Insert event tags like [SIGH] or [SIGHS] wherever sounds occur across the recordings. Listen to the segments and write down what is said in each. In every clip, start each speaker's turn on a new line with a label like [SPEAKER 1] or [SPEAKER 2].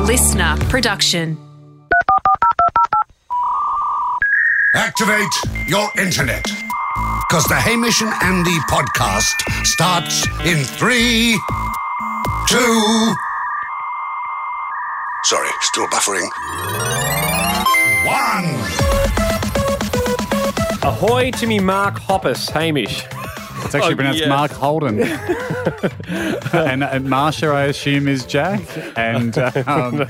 [SPEAKER 1] listener production.
[SPEAKER 2] Activate your internet. Because the Hamish and Andy podcast starts in three, two. Sorry, still buffering. One.
[SPEAKER 3] Ahoy to me, Mark Hoppus, Hamish.
[SPEAKER 4] It's actually
[SPEAKER 3] Oh,
[SPEAKER 4] pronounced
[SPEAKER 3] yes.
[SPEAKER 4] Mark
[SPEAKER 3] [LAUGHS]
[SPEAKER 4] Holden. and, and Marsha, I assume, is Jack. And,
[SPEAKER 3] [LAUGHS]
[SPEAKER 4] um,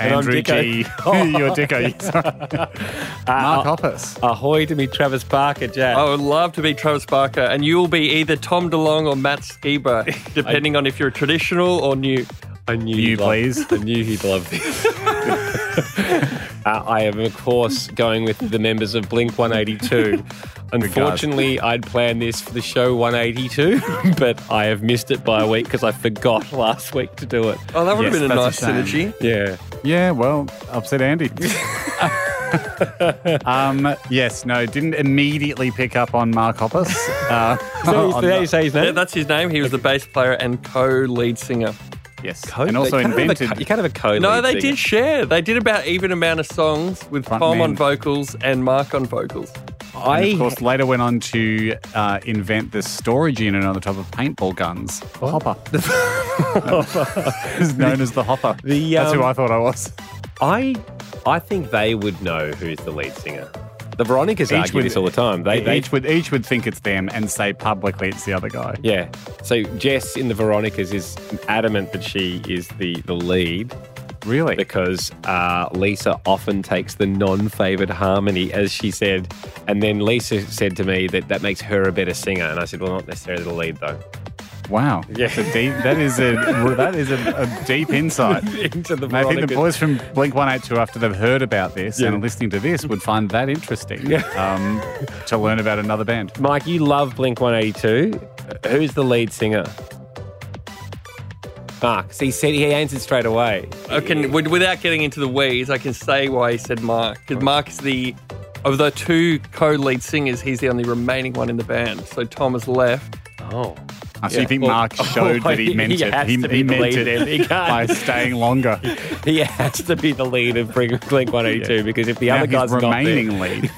[SPEAKER 4] Andrew
[SPEAKER 3] Dicko. [LAUGHS]
[SPEAKER 4] G. [LAUGHS] You're Dicko. Sorry.
[SPEAKER 3] Uh,
[SPEAKER 4] Mark Hoppus.
[SPEAKER 3] Ahoy to me, Travis Barker, Jack.
[SPEAKER 4] Oh.
[SPEAKER 5] I would love to be Travis Barker, and you will be either Tom DeLong or Matt [LAUGHS] Skiba, depending on if you're traditional or new.
[SPEAKER 3] I knew
[SPEAKER 4] You,
[SPEAKER 3] he'd love-
[SPEAKER 4] please.
[SPEAKER 3] I knew he'd love this.
[SPEAKER 4] [LAUGHS]
[SPEAKER 3] uh, I am, of course, going with the members of Blink 182. Unfortunately, I'd planned this for the show 182, [LAUGHS] but I have missed it by a week because I forgot last week to do it.
[SPEAKER 5] Oh, that would
[SPEAKER 4] Yes,
[SPEAKER 5] have been a nice
[SPEAKER 4] that's a shame.
[SPEAKER 5] synergy.
[SPEAKER 3] Yeah.
[SPEAKER 4] Yeah, well,
[SPEAKER 3] [LAUGHS]
[SPEAKER 4] upset Andy. um, yes, no, didn't immediately pick up on Mark Hoppus.
[SPEAKER 3] [LAUGHS]
[SPEAKER 4] Uh,
[SPEAKER 3] So
[SPEAKER 4] on
[SPEAKER 3] is that
[SPEAKER 4] the-
[SPEAKER 3] you say his
[SPEAKER 5] Yeah,
[SPEAKER 3] name?
[SPEAKER 5] that's his name. He was the bass player and co-lead singer.
[SPEAKER 4] yes.
[SPEAKER 3] Co-
[SPEAKER 4] and also
[SPEAKER 3] you can't have a
[SPEAKER 4] invented.
[SPEAKER 3] co- you can't have a co
[SPEAKER 5] No, they did share. They did about even amount of songs with
[SPEAKER 4] Front
[SPEAKER 5] Tom on
[SPEAKER 4] man.
[SPEAKER 5] vocals and Mark on vocals.
[SPEAKER 4] and
[SPEAKER 3] I
[SPEAKER 4] of course, later went on to uh, invent the storage unit on the top of paintball guns.
[SPEAKER 3] [LAUGHS] Oh.
[SPEAKER 4] The hopper. it's [LAUGHS] known as the hopper.
[SPEAKER 3] The,
[SPEAKER 4] That's who
[SPEAKER 3] um,
[SPEAKER 4] I thought I was.
[SPEAKER 3] I I think they would know who's the lead singer. The Veronicas
[SPEAKER 4] Each
[SPEAKER 3] argue
[SPEAKER 4] would-
[SPEAKER 3] this all the time. They, they
[SPEAKER 4] each would each would think it's them and say publicly it's the other guy.
[SPEAKER 3] yeah. So Jess in the Veronicas is adamant that she is the the lead
[SPEAKER 4] Really?
[SPEAKER 3] because uh, Lisa often takes the non-favored harmony, as she said. And then Lisa said to me that that makes her a better singer, and I said, well, not necessarily the lead though. [LAUGHS]
[SPEAKER 4] wow.
[SPEAKER 3] Yeah.
[SPEAKER 4] That's a deep, that is a that is a, a
[SPEAKER 3] [LAUGHS]
[SPEAKER 4] deep insight.
[SPEAKER 3] Into the
[SPEAKER 4] And I think the
[SPEAKER 3] Veronicas.
[SPEAKER 4] boys from Blink One Eight Two, after they've heard about this
[SPEAKER 3] Yeah.
[SPEAKER 4] and are listening to this, would find that interesting um, to learn about another band.
[SPEAKER 3] Mike, you love Blink 182. Uh, Who's the lead singer? Mark. So he said he answered straight away.
[SPEAKER 5] I can, with- without getting into the weeds, I can say why he said Mark. Because Mark is the, of the two co-lead singers, he's the only remaining one in the band. So Tom has left.
[SPEAKER 3] Oh.
[SPEAKER 4] Ah, so you
[SPEAKER 3] Yeah.
[SPEAKER 4] think
[SPEAKER 3] Well- [LAUGHS]
[SPEAKER 4] Mark showed that he
[SPEAKER 3] He
[SPEAKER 4] meant it?
[SPEAKER 3] has to be the
[SPEAKER 4] meant
[SPEAKER 3] lead then. He can't-
[SPEAKER 4] it [LAUGHS] by staying
[SPEAKER 3] [LAUGHS]
[SPEAKER 4] longer.
[SPEAKER 3] [LAUGHS] He has to be the lead of Blink 182
[SPEAKER 4] Yeah.
[SPEAKER 3] because if the
[SPEAKER 4] now
[SPEAKER 3] other guy's
[SPEAKER 4] he's
[SPEAKER 3] [LAUGHS]
[SPEAKER 4] remaining
[SPEAKER 3] not
[SPEAKER 4] lead.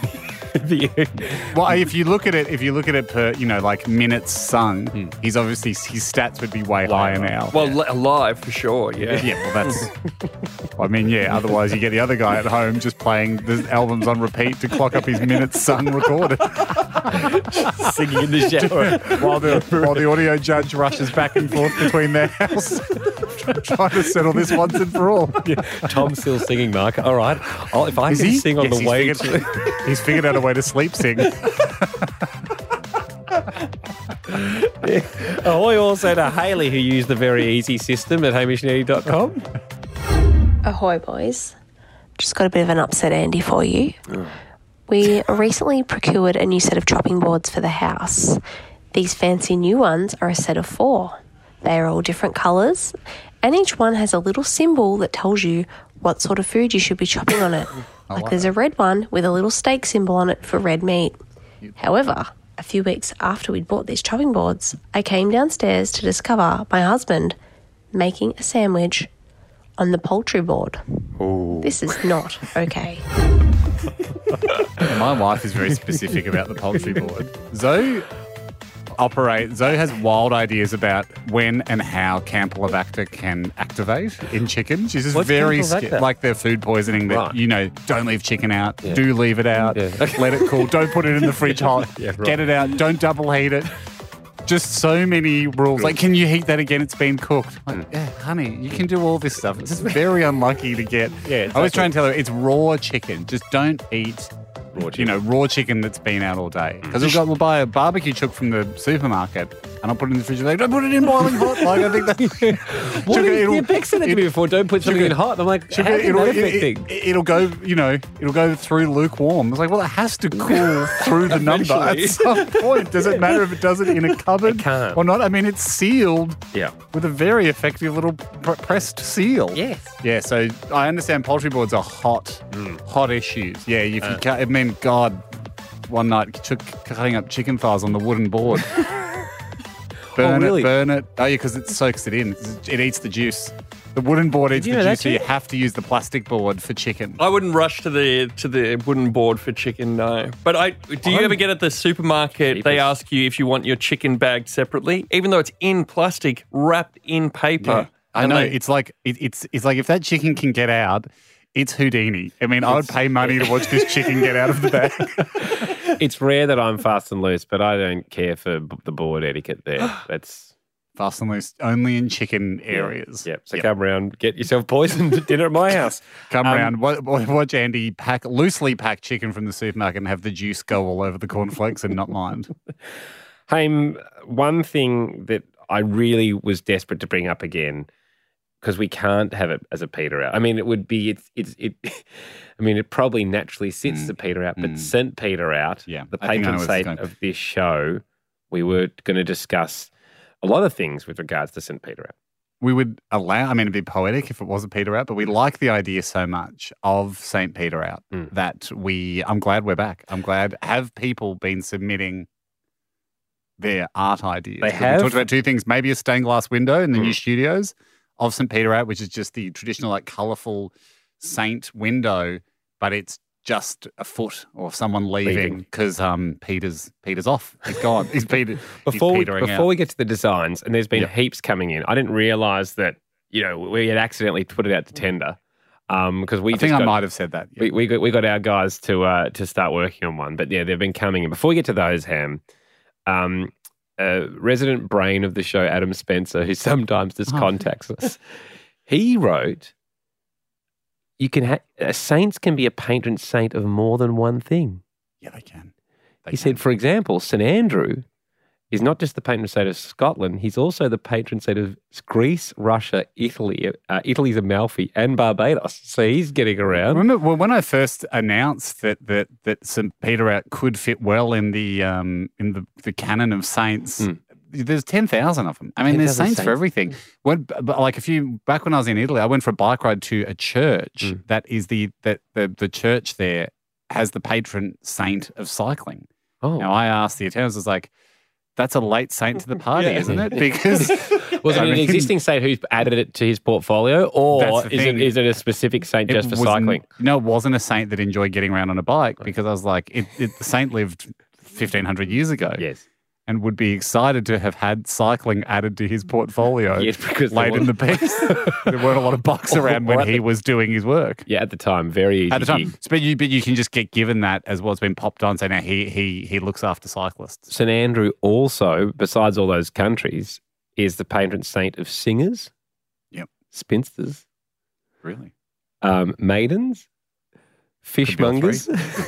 [SPEAKER 3] there, the,
[SPEAKER 4] Well, if you look at it, if you look at it per, you know, like minutes sung,
[SPEAKER 3] Hmm.
[SPEAKER 4] he's obviously his stats would be way higher now.
[SPEAKER 5] Well, li- alive for sure. Yeah.
[SPEAKER 4] yeah, well, that's. I mean, yeah. Otherwise, you get the other guy at home just playing the albums on repeat to clock up his minutes sung recorded
[SPEAKER 3] singing in
[SPEAKER 4] [LAUGHS]
[SPEAKER 3] the shower.
[SPEAKER 4] while the
[SPEAKER 3] [LAUGHS]
[SPEAKER 4] while the audio judge rushes back [LAUGHS] and forth between their house [LAUGHS] trying to settle this once and for all.
[SPEAKER 3] Tom's still singing, Mark. All right. I'll, if I can sing on
[SPEAKER 4] Yes,
[SPEAKER 3] the way
[SPEAKER 4] he's
[SPEAKER 3] to.
[SPEAKER 4] figured, he's figured out a way to sleep sing.
[SPEAKER 3] Ahoy also to Haley, who used the very easy system at
[SPEAKER 4] [LAUGHS]
[SPEAKER 3] hamishnetty.com.
[SPEAKER 6] Ahoy, boys. Just got a bit of an upset, Andy, for you. We recently procured a new set of chopping boards for the house. These fancy new ones are a set of four. They are all different colours, and each one has a little symbol that tells you what sort of food you should be chopping on it. like there's a red one with a little steak symbol on it for red meat. However, a few weeks after we'd bought these chopping boards, I came downstairs to discover my husband making a sandwich on the poultry board. This is not okay.
[SPEAKER 4] My wife is very specific about the poultry board. Zoe operate Zoe has wild ideas about when and how Campylobacter can activate in chicken. She's just
[SPEAKER 3] What's
[SPEAKER 4] very
[SPEAKER 3] Campylobacter?
[SPEAKER 4] sca- like their food poisoning that
[SPEAKER 3] Right.
[SPEAKER 4] you know, don't leave chicken out, do leave it out,
[SPEAKER 3] Yeah.
[SPEAKER 4] let it cool, don't put
[SPEAKER 3] [LAUGHS]
[SPEAKER 4] it in the fridge hot,
[SPEAKER 3] right.
[SPEAKER 4] get it out, don't double heat it. Just so many rules. Like, can you heat that again? It's been cooked.
[SPEAKER 3] Hmm.
[SPEAKER 4] Like, yeah, honey, you can do all this stuff. It's just very unlucky to get.
[SPEAKER 3] Yeah,
[SPEAKER 4] I
[SPEAKER 3] exactly.
[SPEAKER 4] was trying to tell her it's raw chicken. Just don't eat
[SPEAKER 3] Raw Mm.
[SPEAKER 4] you know, raw chicken that's been out all day. Because we'll, go- we'll buy a barbecue chook from the supermarket and I'll put it in the fridge. Like, don't put it in boiling hot. Like, I think [LAUGHS] that.
[SPEAKER 3] [LAUGHS] What
[SPEAKER 4] Sugar,
[SPEAKER 3] did
[SPEAKER 4] it'll-
[SPEAKER 3] the effects that
[SPEAKER 4] it-
[SPEAKER 3] it, before? Don't put something
[SPEAKER 4] sugar-
[SPEAKER 3] in hot. And I'm like,
[SPEAKER 4] Sugar,
[SPEAKER 3] how is
[SPEAKER 4] it'll,
[SPEAKER 3] that
[SPEAKER 4] it,
[SPEAKER 3] affecting?
[SPEAKER 4] will go, you know, it'll go through lukewarm. It's like, well, it has to
[SPEAKER 3] [LAUGHS]
[SPEAKER 4] cool through the number at
[SPEAKER 3] Eventually.
[SPEAKER 4] some point. Does it matter if it does
[SPEAKER 3] [LAUGHS]
[SPEAKER 4] it in a cupboard
[SPEAKER 3] can't.
[SPEAKER 4] or not? I mean, it's sealed
[SPEAKER 3] Yeah.
[SPEAKER 4] with a very effective little pr- pressed seal.
[SPEAKER 3] Yes. Hmm.
[SPEAKER 4] Yeah, so I understand poultry boards are hot, hot issues. Yeah, if
[SPEAKER 3] Uh.
[SPEAKER 4] you can't, I mean,
[SPEAKER 3] [LAUGHS]
[SPEAKER 4] God, one night took cutting up chicken thighs on the wooden board. Burn
[SPEAKER 1] really?
[SPEAKER 4] it, burn it. Oh, yeah, because it soaks it in. It eats the juice. The wooden board eats
[SPEAKER 1] you
[SPEAKER 4] the
[SPEAKER 1] know that
[SPEAKER 4] juice, so you
[SPEAKER 1] too?
[SPEAKER 4] have to use the plastic board for chicken.
[SPEAKER 5] I wouldn't rush to the to the wooden board for chicken, no. But I do you ever get at the supermarket? They ask you if you want your chicken bagged separately, even though it's in plastic, wrapped in paper.
[SPEAKER 4] I
[SPEAKER 5] And
[SPEAKER 4] know.
[SPEAKER 5] they-
[SPEAKER 4] It's like it, it's it's like if that chicken can get out, it's Houdini. I mean, I would pay money to watch this chicken get out of the bag. [LAUGHS]
[SPEAKER 3] It's rare that I'm fast and loose, but I don't care for b- the board etiquette
[SPEAKER 4] [GASPS]
[SPEAKER 3] there. That's
[SPEAKER 4] Fast and loose, only in chicken areas.
[SPEAKER 3] yep. So come round, get yourself poisoned at dinner at
[SPEAKER 4] [LAUGHS]
[SPEAKER 3] my house.
[SPEAKER 4] Come
[SPEAKER 3] Um,
[SPEAKER 4] round, wa- wa- watch Andy pack loosely pack chicken from the supermarket and have the juice go all over the cornflakes and not mind.
[SPEAKER 3] Haim, one thing that I really was desperate to bring up again because we can't have it as a peter out. I mean, it would be it's it's it. [LAUGHS] I mean, it probably naturally sits the peter out, but sent peter out.
[SPEAKER 4] Mm. Yeah,
[SPEAKER 3] the
[SPEAKER 4] I think I
[SPEAKER 3] patron
[SPEAKER 4] know where this is
[SPEAKER 3] saint
[SPEAKER 4] going.
[SPEAKER 3] of this show. We were going to discuss a lot of things with regards to St. Peter out.
[SPEAKER 4] We would allow, I mean, it'd be poetic if it wasn't Peter out, but we like the idea so much of St. Peter out
[SPEAKER 3] Mm.
[SPEAKER 4] that we, I'm glad we're back. I'm glad. Have people been submitting their art ideas?
[SPEAKER 3] They
[SPEAKER 4] 'Cause
[SPEAKER 3] have. Mm.
[SPEAKER 4] We talked about two things maybe a stained glass window in the new studios of St. Peter out, which is just the traditional, like, colorful saint window, but it's just a foot or someone leaving
[SPEAKER 3] Leaving.
[SPEAKER 4] because um, Peter's Peter's off. He's gone.
[SPEAKER 3] [LAUGHS]
[SPEAKER 4] He's Peter.
[SPEAKER 3] Before
[SPEAKER 4] he's
[SPEAKER 3] we,
[SPEAKER 4] petering
[SPEAKER 3] before
[SPEAKER 4] out.
[SPEAKER 3] we get to the designs, and there's been
[SPEAKER 4] Yep.
[SPEAKER 3] heaps coming in. I didn't realize that you know we had accidentally put it out to tender because we
[SPEAKER 4] I
[SPEAKER 3] just
[SPEAKER 4] think I
[SPEAKER 3] got-
[SPEAKER 4] might have said that. yeah.
[SPEAKER 3] we, we got we got our guys to uh, to start working on one. But yeah, they've been coming in. Before we get to those, Ham, um, uh, resident brain of the show, Adam Spencer, who [LAUGHS] sometimes just
[SPEAKER 4] Oh.
[SPEAKER 3] contacts us, he wrote, "You can ha- uh, saints can be a patron saint of more than one thing."
[SPEAKER 4] Yeah, they can. They
[SPEAKER 3] He said, for example, St Andrew. Is not just the patron saint of Scotland; he's also the patron saint of Greece, Russia, Italy, uh, Italy's Amalfi, and Barbados. So he's getting around.
[SPEAKER 4] Remember well, when I first announced that that that St. Peter out could fit well in the um in the, the canon of saints. There's ten thousand of them. I mean, there's
[SPEAKER 3] 10,000
[SPEAKER 4] saints, for
[SPEAKER 3] saints.
[SPEAKER 4] everything. When, but like a few back when I was in Italy, I went for a bike ride to a church that is the that the the church there has the patron saint of cycling.
[SPEAKER 3] Oh,
[SPEAKER 4] Now I asked the attendants, I was like, "That's a late saint [LAUGHS] to the party, isn't it?" [LAUGHS] Because
[SPEAKER 3] Was it
[SPEAKER 4] I
[SPEAKER 3] an
[SPEAKER 4] mean,
[SPEAKER 3] existing saint who's added it to his portfolio, or
[SPEAKER 4] That's the
[SPEAKER 3] is it,
[SPEAKER 4] thing.
[SPEAKER 3] is it a specific saint just for
[SPEAKER 4] was n-
[SPEAKER 3] cycling?
[SPEAKER 4] No, it wasn't a saint that enjoyed getting around on a bike because I was like, it, it, the saint lived 1500 years ago
[SPEAKER 3] Yes.
[SPEAKER 4] and would be excited to have had cycling added to his portfolio
[SPEAKER 3] Yes, because there
[SPEAKER 4] late in the
[SPEAKER 3] [LAUGHS]
[SPEAKER 4] piece. [LAUGHS] there weren't a lot of bikes around
[SPEAKER 3] Or
[SPEAKER 4] when
[SPEAKER 3] at
[SPEAKER 4] he was doing his work.
[SPEAKER 3] Yeah, at the time, very easy.
[SPEAKER 4] At the time,
[SPEAKER 3] gig.
[SPEAKER 4] but you, but you can just get given that as well. It's been popped on. So now he he he looks after cyclists.
[SPEAKER 3] St. Andrew also, besides all those countries, is the patron saint of singers,
[SPEAKER 4] Yep.
[SPEAKER 3] spinsters,
[SPEAKER 4] Really,
[SPEAKER 3] um, maidens,
[SPEAKER 4] Could be all three.
[SPEAKER 3] fishmongers,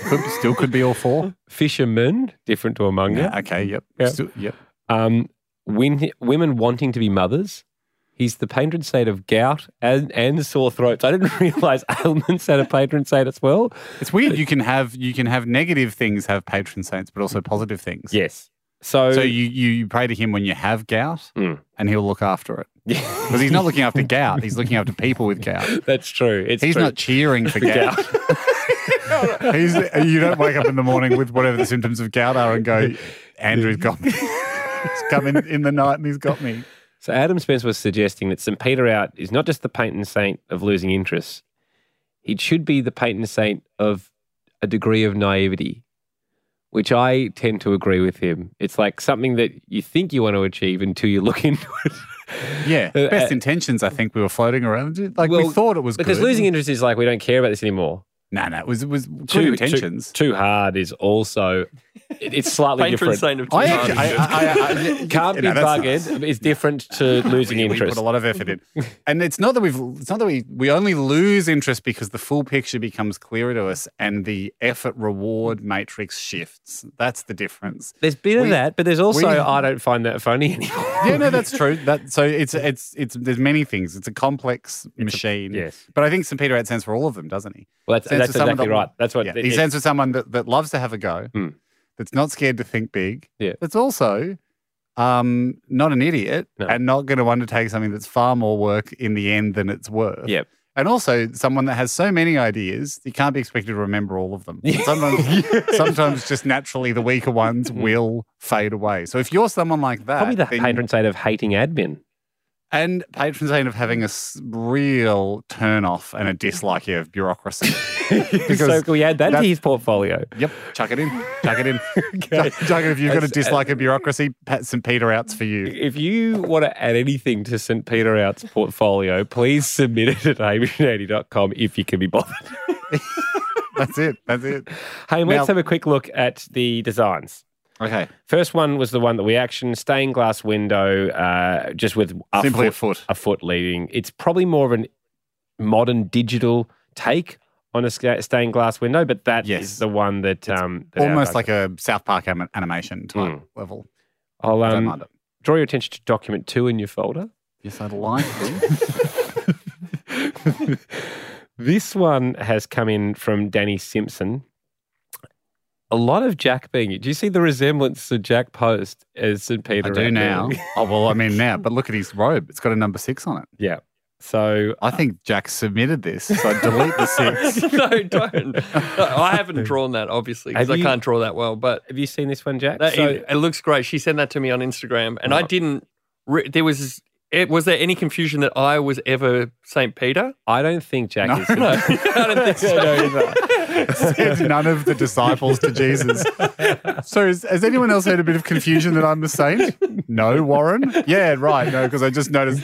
[SPEAKER 4] could, still could be all four.
[SPEAKER 3] [LAUGHS] fishermen, different to a monger,
[SPEAKER 4] Yeah, Okay. Yep.
[SPEAKER 3] Yeah.
[SPEAKER 4] Still- yep.
[SPEAKER 3] um, win, women wanting to be mothers. He's the patron saint of gout and, and sore throats. I didn't [LAUGHS] realize ailments had a patron saint as well.
[SPEAKER 4] It's weird. You can have you can have negative things have patron saints, but also positive things.
[SPEAKER 3] Yes. So,
[SPEAKER 4] So you, you you pray to him when you have gout,
[SPEAKER 3] Mm.
[SPEAKER 4] and he'll look
[SPEAKER 3] [LAUGHS]
[SPEAKER 4] after it because he's not looking after gout. He's looking after people with gout.
[SPEAKER 3] that's true. It's
[SPEAKER 4] He's
[SPEAKER 3] true.
[SPEAKER 4] not cheering for gout.
[SPEAKER 3] [LAUGHS]
[SPEAKER 4] he's, you don't wake up in the morning with whatever the symptoms of gout are and go, Andrew's got me. he's come in, in the night and he's got me.
[SPEAKER 3] So Adam Spence was suggesting that St. Peter out is not just the patron saint of losing interest. It should be the patron saint of a degree of naivety, which I tend to agree with him. It's like something that you think you want to achieve until you look [LAUGHS] into it.
[SPEAKER 4] Yeah,
[SPEAKER 3] Uh,
[SPEAKER 4] best
[SPEAKER 3] uh,
[SPEAKER 4] intentions. I think we were floating around. Like
[SPEAKER 3] Well,
[SPEAKER 4] we thought it was
[SPEAKER 3] Because
[SPEAKER 4] good.
[SPEAKER 3] losing interest is like, we don't care about this anymore.
[SPEAKER 4] No, no, it was it was good
[SPEAKER 3] Too- too-
[SPEAKER 4] intentions.
[SPEAKER 3] Too, hard is also, it- it's slightly
[SPEAKER 5] patron
[SPEAKER 3] different.
[SPEAKER 5] saint of
[SPEAKER 4] I
[SPEAKER 5] Tijuana.
[SPEAKER 4] actually, I, I, I, I,
[SPEAKER 3] Can't
[SPEAKER 4] you
[SPEAKER 3] be
[SPEAKER 4] know, that's- [LAUGHS]
[SPEAKER 3] buggered is different to losing
[SPEAKER 4] we, we
[SPEAKER 3] interest.
[SPEAKER 4] put a lot of effort in, [LAUGHS] and it's not that we've. It's not that we we only lose interest because the full picture becomes clearer to us, and the effort reward matrix shifts. That's the difference.
[SPEAKER 3] There's a bit of
[SPEAKER 4] We-
[SPEAKER 3] that, but there's also
[SPEAKER 4] we-
[SPEAKER 3] I don't find that funny anymore.
[SPEAKER 4] Yeah, no, that's true. That so it's it's it's there's many things. It's a complex machine.
[SPEAKER 3] yes.
[SPEAKER 4] but I think St. Peter had sense for all of them, doesn't he?
[SPEAKER 3] Well, that's,
[SPEAKER 4] Sense
[SPEAKER 3] that's
[SPEAKER 4] for someone
[SPEAKER 3] exactly
[SPEAKER 4] that-
[SPEAKER 3] right. That's what
[SPEAKER 4] yeah,
[SPEAKER 3] it-
[SPEAKER 4] he
[SPEAKER 3] it-
[SPEAKER 4] sends for someone that, that loves to have a go, that's not scared to think big,
[SPEAKER 3] Yeah.
[SPEAKER 4] that's also um, not an idiot
[SPEAKER 3] No.
[SPEAKER 4] [LAUGHS] and not going to undertake something that's far more work in the end than it's worth.
[SPEAKER 3] Yep.
[SPEAKER 4] And also, someone that has so many ideas, you can't be expected to remember all of them.
[SPEAKER 3] [LAUGHS]
[SPEAKER 4] Sometimes, sometimes just naturally, the weaker ones will fade away. So if you're someone like that,
[SPEAKER 3] Mm-hmm. Probably the
[SPEAKER 4] then-
[SPEAKER 3] patron saint of hating
[SPEAKER 4] [LAUGHS]
[SPEAKER 3] admin.
[SPEAKER 4] and patron saint of having a s- real turn off and a dislike here of
[SPEAKER 3] [LAUGHS]
[SPEAKER 4] bureaucracy. because
[SPEAKER 3] so can we add that to
[SPEAKER 4] that's-
[SPEAKER 3] his portfolio?
[SPEAKER 4] Yep, chuck it in, chuck it
[SPEAKER 3] [LAUGHS]
[SPEAKER 4] in, chuck, chuck it. If you've got a
[SPEAKER 3] That's- uh,
[SPEAKER 4] dislike of bureaucracy, Pat St. Peter outs
[SPEAKER 3] [LAUGHS]
[SPEAKER 4] for you.
[SPEAKER 3] If you want to add anything to St. Peter Out's portfolio, please submit it at [LAUGHS] hamish80.com if you can be bothered.
[SPEAKER 4] That's it. That's it.
[SPEAKER 3] Hey, let's
[SPEAKER 4] Now-
[SPEAKER 3] have a quick look at the designs.
[SPEAKER 4] Okay,
[SPEAKER 3] First one was the one that we actioned, stained glass window, uh, just with a foot,
[SPEAKER 4] simply a foot.
[SPEAKER 3] a foot leading. It's probably more of an modern digital take on a sca- stained glass window, but that is
[SPEAKER 4] Yes.
[SPEAKER 3] the one that um, that our
[SPEAKER 4] Almost
[SPEAKER 3] guys-
[SPEAKER 4] like a South Park anim- animation type level.
[SPEAKER 3] I'll
[SPEAKER 4] Don't
[SPEAKER 3] Hmm. um,
[SPEAKER 4] mind it.
[SPEAKER 3] draw your attention to document two in your folder.
[SPEAKER 4] Yes, I'd like
[SPEAKER 3] This one has come in from Danny Simpson. A lot of Jack being. Do you see the resemblance to Jack Post as St. Peter?
[SPEAKER 4] I do
[SPEAKER 3] out
[SPEAKER 4] now.
[SPEAKER 3] there?
[SPEAKER 4] oh well, I mean now.
[SPEAKER 5] [LAUGHS]
[SPEAKER 4] But look at his robe; it's got a number six on it.
[SPEAKER 3] yeah. [LAUGHS] So
[SPEAKER 5] Ah.
[SPEAKER 4] I think Jack submitted this, so delete
[SPEAKER 5] [LAUGHS]
[SPEAKER 4] the six.
[SPEAKER 5] no, don't.
[SPEAKER 4] [LAUGHS]
[SPEAKER 5] No, I haven't drawn that, obviously, because
[SPEAKER 3] Have
[SPEAKER 5] I
[SPEAKER 3] you-
[SPEAKER 5] can't draw that well. But
[SPEAKER 3] have you seen this one, Jack?
[SPEAKER 5] that,
[SPEAKER 3] So-
[SPEAKER 5] it, it looks great. She sent that to me on Instagram, and I
[SPEAKER 3] Right.
[SPEAKER 5] didn't. Re- there was. It, was there any confusion that I was ever St. Peter?
[SPEAKER 3] I don't think Jack
[SPEAKER 4] No.
[SPEAKER 3] is.
[SPEAKER 4] [LAUGHS]
[SPEAKER 5] No, [LAUGHS] I don't think so.
[SPEAKER 4] Said none of the disciples to Jesus. So is, has anyone else had a bit of confusion that I'm the saint? No, Warren. Yeah, right. No, because I just noticed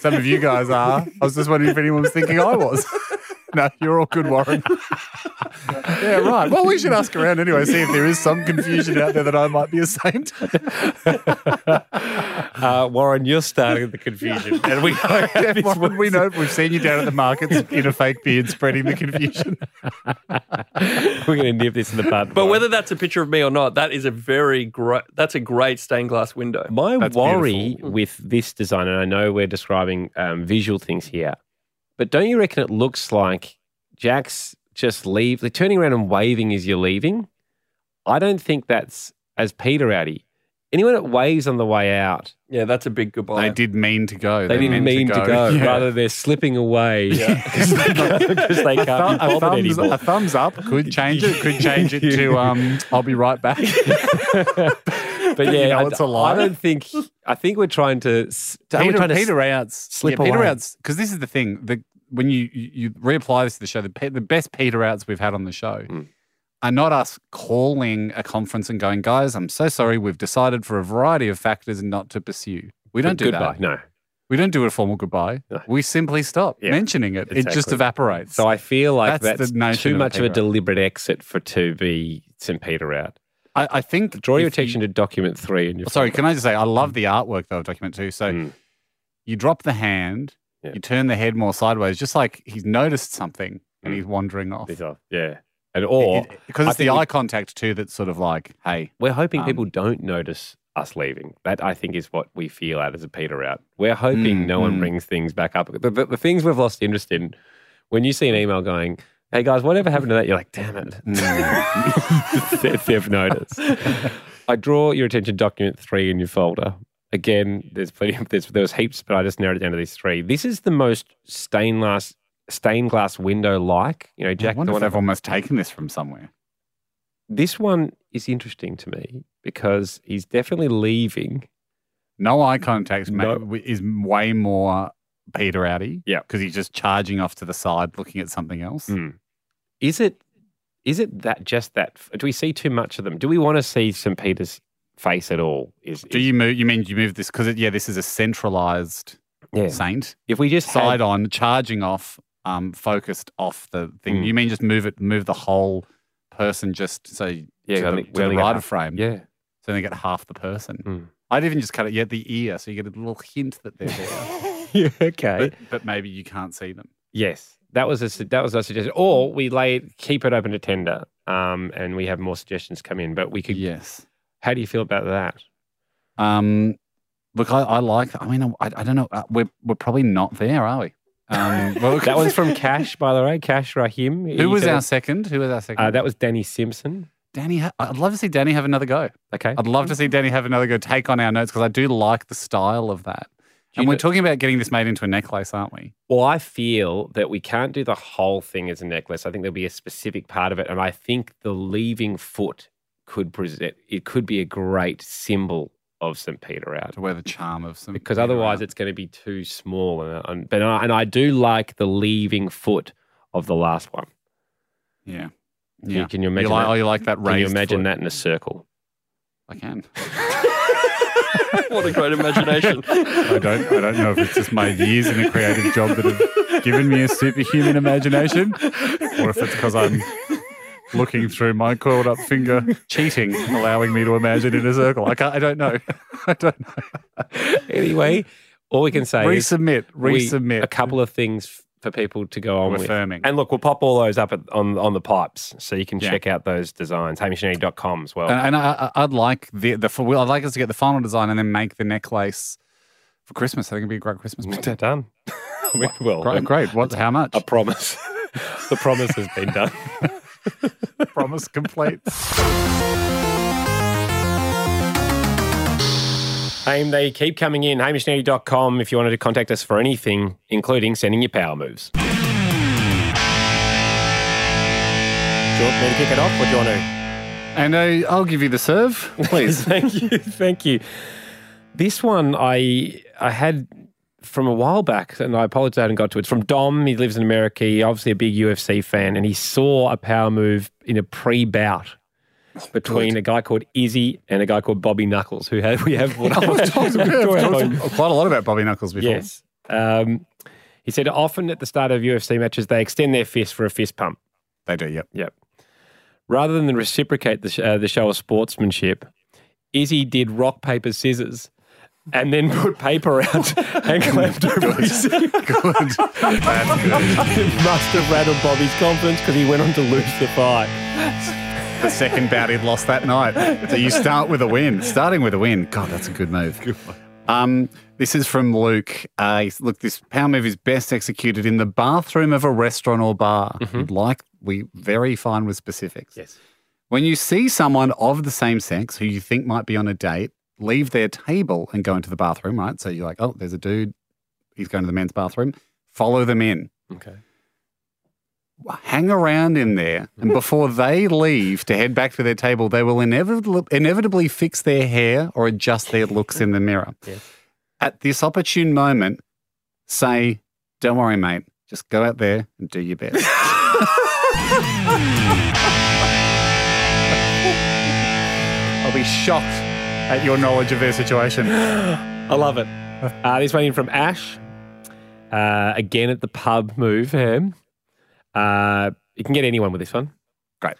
[SPEAKER 4] [LAUGHS] some of you guys are. I was just wondering if anyone was thinking I was. [LAUGHS] No, you're all good, Warren. [LAUGHS] yeah, right. Well, we should ask around anyway, see if there is some confusion out there that I might be a saint.
[SPEAKER 3] Uh, Warren, you're starting the
[SPEAKER 4] [LAUGHS]
[SPEAKER 3] confusion. and we know how this
[SPEAKER 4] Warren,
[SPEAKER 3] works.
[SPEAKER 4] we know we've seen you down at the markets [LAUGHS] in a fake beard, spreading
[SPEAKER 3] [LAUGHS]
[SPEAKER 4] the confusion.
[SPEAKER 3] [LAUGHS] We're going to nip this in the bud.
[SPEAKER 5] But
[SPEAKER 3] Warren.
[SPEAKER 5] whether that's a picture of me or not, that is a very great. That's a great stained glass window.
[SPEAKER 3] My
[SPEAKER 4] That's
[SPEAKER 3] worry
[SPEAKER 4] beautiful.
[SPEAKER 3] with this design, and I know we're describing um, visual things here, but don't you reckon it looks like Jack's just leave, like turning around and waving as you're leaving? I don't think that's as Peter outy. Anyone that waves on the way out,
[SPEAKER 5] Yeah, that's a big
[SPEAKER 4] They
[SPEAKER 5] goodbye.
[SPEAKER 4] did mean to go.
[SPEAKER 3] they didn't mean to go.
[SPEAKER 4] Yeah.
[SPEAKER 3] Rather, they're slipping away because
[SPEAKER 4] [LAUGHS]
[SPEAKER 3] they can't, [LAUGHS] 'cause they can't
[SPEAKER 4] Thu-
[SPEAKER 3] be
[SPEAKER 4] a,
[SPEAKER 3] bothered
[SPEAKER 4] thumbs,
[SPEAKER 3] anymore.
[SPEAKER 4] a thumbs up could change it. Could change it [LAUGHS] to um, I'll be right [LAUGHS] back.
[SPEAKER 3] [LAUGHS] But yeah,
[SPEAKER 4] know
[SPEAKER 3] I,
[SPEAKER 4] it's a lie.
[SPEAKER 3] I don't think. I think we're trying to. s- we're
[SPEAKER 4] Peter,
[SPEAKER 3] trying to s-
[SPEAKER 4] Peter outs.
[SPEAKER 3] slip
[SPEAKER 4] yeah, Peter
[SPEAKER 3] away.
[SPEAKER 4] outs because this is the thing. The when you you you reapply this to the show, the pe- the best Peter outs we've had on the show.
[SPEAKER 3] Hmm.
[SPEAKER 4] Are not us calling a conference and going, guys, I'm so sorry. We've decided for a variety of factors not to pursue. We don't do
[SPEAKER 3] goodbye.
[SPEAKER 4] that.
[SPEAKER 3] No.
[SPEAKER 4] We don't do a formal goodbye.
[SPEAKER 3] No.
[SPEAKER 4] We simply stop
[SPEAKER 3] Yeah,
[SPEAKER 4] mentioning it. It just
[SPEAKER 3] exactly.
[SPEAKER 4] evaporates.
[SPEAKER 3] So I feel like
[SPEAKER 4] That's
[SPEAKER 3] that's,
[SPEAKER 4] the notion of
[SPEAKER 3] too
[SPEAKER 4] a
[SPEAKER 3] much of a
[SPEAKER 4] Peter out.
[SPEAKER 3] deliberate exit for to be St. Peter out.
[SPEAKER 4] I, I think
[SPEAKER 3] Draw your
[SPEAKER 4] if you- Oh,
[SPEAKER 3] attention to document three in your
[SPEAKER 4] Sorry, can I just say I love the artwork though of document two. So
[SPEAKER 3] Mm.
[SPEAKER 4] you drop the hand,
[SPEAKER 3] Yeah.
[SPEAKER 4] you turn the head more sideways, just like he's noticed something and
[SPEAKER 3] Mm.
[SPEAKER 4] he's wandering off.
[SPEAKER 3] These are- yeah, and or
[SPEAKER 4] because
[SPEAKER 3] I
[SPEAKER 4] it's the
[SPEAKER 3] think we-
[SPEAKER 4] eye contact too that's sort of like,
[SPEAKER 3] [LAUGHS]
[SPEAKER 4] hey,
[SPEAKER 3] we're hoping
[SPEAKER 4] Um,
[SPEAKER 3] people don't notice us leaving. That I think is what we feel at as a Peter out. We're hoping
[SPEAKER 4] Mm,
[SPEAKER 3] no one
[SPEAKER 4] mm.
[SPEAKER 3] brings things back up. The, the, the things we've lost interest in. When you see an email going, "Hey guys, whatever happened to that?" You're like, "Damn it."
[SPEAKER 4] hmm,
[SPEAKER 3] [LAUGHS] they- they've noticed. I draw your attention to document three in your folder. Again, there's plenty of there's, there was heaps, but I just narrowed it down to these three. This is the most stained glass stained glass window like. You know, Jack
[SPEAKER 4] Jack, I wonder
[SPEAKER 3] the
[SPEAKER 4] if
[SPEAKER 3] one
[SPEAKER 4] they've almost taken this from somewhere.
[SPEAKER 3] this one is interesting to me because he's definitely leaving.
[SPEAKER 4] No eye contact ma-
[SPEAKER 3] No.
[SPEAKER 4] w- is way more Peter outy.
[SPEAKER 3] Yeah.
[SPEAKER 4] because he's just charging off to the side, looking at something else.
[SPEAKER 3] Mm. Is it is it that just that do we see too much of them? Do we want to see St. Peter's face at all? Is,
[SPEAKER 4] Do
[SPEAKER 3] is-
[SPEAKER 4] you move? You mean you move this because yeah, this is a centralized
[SPEAKER 3] yeah.
[SPEAKER 4] saint.
[SPEAKER 3] if we just had-
[SPEAKER 4] side on, charging off, um, focused off the thing.
[SPEAKER 3] Mm.
[SPEAKER 4] You mean just move it, move the whole person just so you-
[SPEAKER 3] Yeah,
[SPEAKER 4] to
[SPEAKER 3] I
[SPEAKER 4] the,
[SPEAKER 3] think we
[SPEAKER 4] to the
[SPEAKER 3] only got
[SPEAKER 4] right
[SPEAKER 3] half.
[SPEAKER 4] of frame,
[SPEAKER 3] Yeah.
[SPEAKER 4] so they get half the person.
[SPEAKER 3] Mm.
[SPEAKER 4] I'd even just cut it, yeah, the ear, so you get a little hint that
[SPEAKER 3] [LAUGHS]
[SPEAKER 4] they're there,
[SPEAKER 3] yeah, okay.
[SPEAKER 4] but, but maybe you can't see them.
[SPEAKER 3] Yes, that was a su- that was a suggestion. Or we lay it, keep it open to tender, um, and we have more suggestions come in. But we could.
[SPEAKER 4] Yes.
[SPEAKER 3] How do you feel about that?
[SPEAKER 4] Um, look, I, I like. I mean, I, I don't know. uh, We're we're probably not there, are we?
[SPEAKER 3] [LAUGHS]
[SPEAKER 4] Um, well,
[SPEAKER 3] That one's from Cash, by the way. Cash Rahim. He
[SPEAKER 4] [LAUGHS] Who was
[SPEAKER 3] said
[SPEAKER 4] our
[SPEAKER 3] it-
[SPEAKER 4] second? Who was our second?
[SPEAKER 3] Uh, that was Danny Simpson.
[SPEAKER 4] Danny. Ha- I'd love to see Danny have another go.
[SPEAKER 3] Okay.
[SPEAKER 4] I'd love to see Danny have another go take on our notes because I do like the style of that. And we're talking about getting this made into a necklace, aren't we?
[SPEAKER 3] Well, I feel that we can't do the whole thing as a necklace. I think there'll be a specific part of it, and I think the leaving foot could present. It could be a great symbol of St. Peter out
[SPEAKER 4] To wear the charm of some.
[SPEAKER 3] because otherwise it's going to be too small. And, uh, and but I, and I do like the leaving foot of the last one.
[SPEAKER 4] yeah.
[SPEAKER 3] Can
[SPEAKER 4] Yeah.
[SPEAKER 3] you- Can you imagine?
[SPEAKER 4] you like,
[SPEAKER 3] that?
[SPEAKER 4] oh, you like that
[SPEAKER 3] Can
[SPEAKER 4] raised
[SPEAKER 3] you imagine
[SPEAKER 4] foot?
[SPEAKER 3] that in a circle?
[SPEAKER 4] I can.
[SPEAKER 5] [LAUGHS] what a great imagination.
[SPEAKER 4] [LAUGHS] I don't. I don't know if it's just my years in a creative job that have given me a superhuman imagination, or if it's because I'm looking through my coiled up finger, cheating, allowing me to imagine in a circle. I can't. I don't know. [LAUGHS] I don't know.
[SPEAKER 3] Anyway, all we can say is
[SPEAKER 4] Resubmit.
[SPEAKER 3] we-
[SPEAKER 4] Resubmit.
[SPEAKER 3] a couple of things f- for people to go on
[SPEAKER 4] We're
[SPEAKER 3] with.
[SPEAKER 4] firming.
[SPEAKER 3] And look, we'll pop all those up at, on on the pipes, so you can
[SPEAKER 4] Yeah. Uh,
[SPEAKER 3] check out those designs. HamishandEddie.com as well.
[SPEAKER 4] And, and I, I- I'd like the the full- I'd like us to get the final design and then make the necklace for Christmas. I think it'd be a great Christmas. present. [LAUGHS]
[SPEAKER 3] done. [LAUGHS] We- well,
[SPEAKER 4] Great, great. What? How much?
[SPEAKER 3] a promise. [LAUGHS] the promise has been done.
[SPEAKER 4] promise complete.
[SPEAKER 3] Aim, they keep coming in. HamishandEddie.com if you wanted to contact us for anything, including sending your power moves. Do you want me to kick it off or do you want to?
[SPEAKER 4] [LAUGHS] and uh, I'll give you the serve, please.
[SPEAKER 3] [LAUGHS] thank you, thank you. This one I I had from a while back, and I apologize I hadn't got to it. It's from Dom. He lives in America. He's obviously a big UFC fan, and he saw a power move in a pre-bout between a guy called Izzy and a guy called Bobby Knuckles, who have, we have
[SPEAKER 4] I've talked, I've talked quite a lot about Bobby Knuckles before.
[SPEAKER 3] Yes. Um, he said often at the start of UFC matches they extend their fist for a fist pump.
[SPEAKER 4] They do, yep.
[SPEAKER 3] Yep. Rather than reciprocate the, sh- uh, the show of sportsmanship, Izzy did rock, paper, scissors and then [LAUGHS] put paper out [LAUGHS] and clamped over his [LAUGHS] It
[SPEAKER 4] [LAUGHS] Good. That's good.
[SPEAKER 3] must have rattled Bobby's confidence because he went on to lose the fight.
[SPEAKER 4] The second bout he'd lost that night. So you start with a win. Starting with a win. God, that's a good move. Um, this is from Luke. Uh, he's- look, this power move is best executed in the bathroom of a restaurant or bar. We'd Like we very fine with specifics.
[SPEAKER 3] Yes.
[SPEAKER 4] When you see someone of the same sex who you think might be on a date, leave their table and go into the bathroom, right? So you're like, oh, there's a dude. He's going to the men's bathroom. Follow them in.
[SPEAKER 3] Okay.
[SPEAKER 4] hang around in there, and before they leave to head back to their table, they will inevitably, inevitably fix their hair or adjust their looks in the mirror. At this opportune moment, say, "Don't worry, mate. Just go out there and do your best." I'll be shocked at your knowledge of their situation.
[SPEAKER 3] I love it. Uh, this one in from Ash. Uh, again at the pub move, Ham. Uh, you can get anyone with this one.
[SPEAKER 4] Great.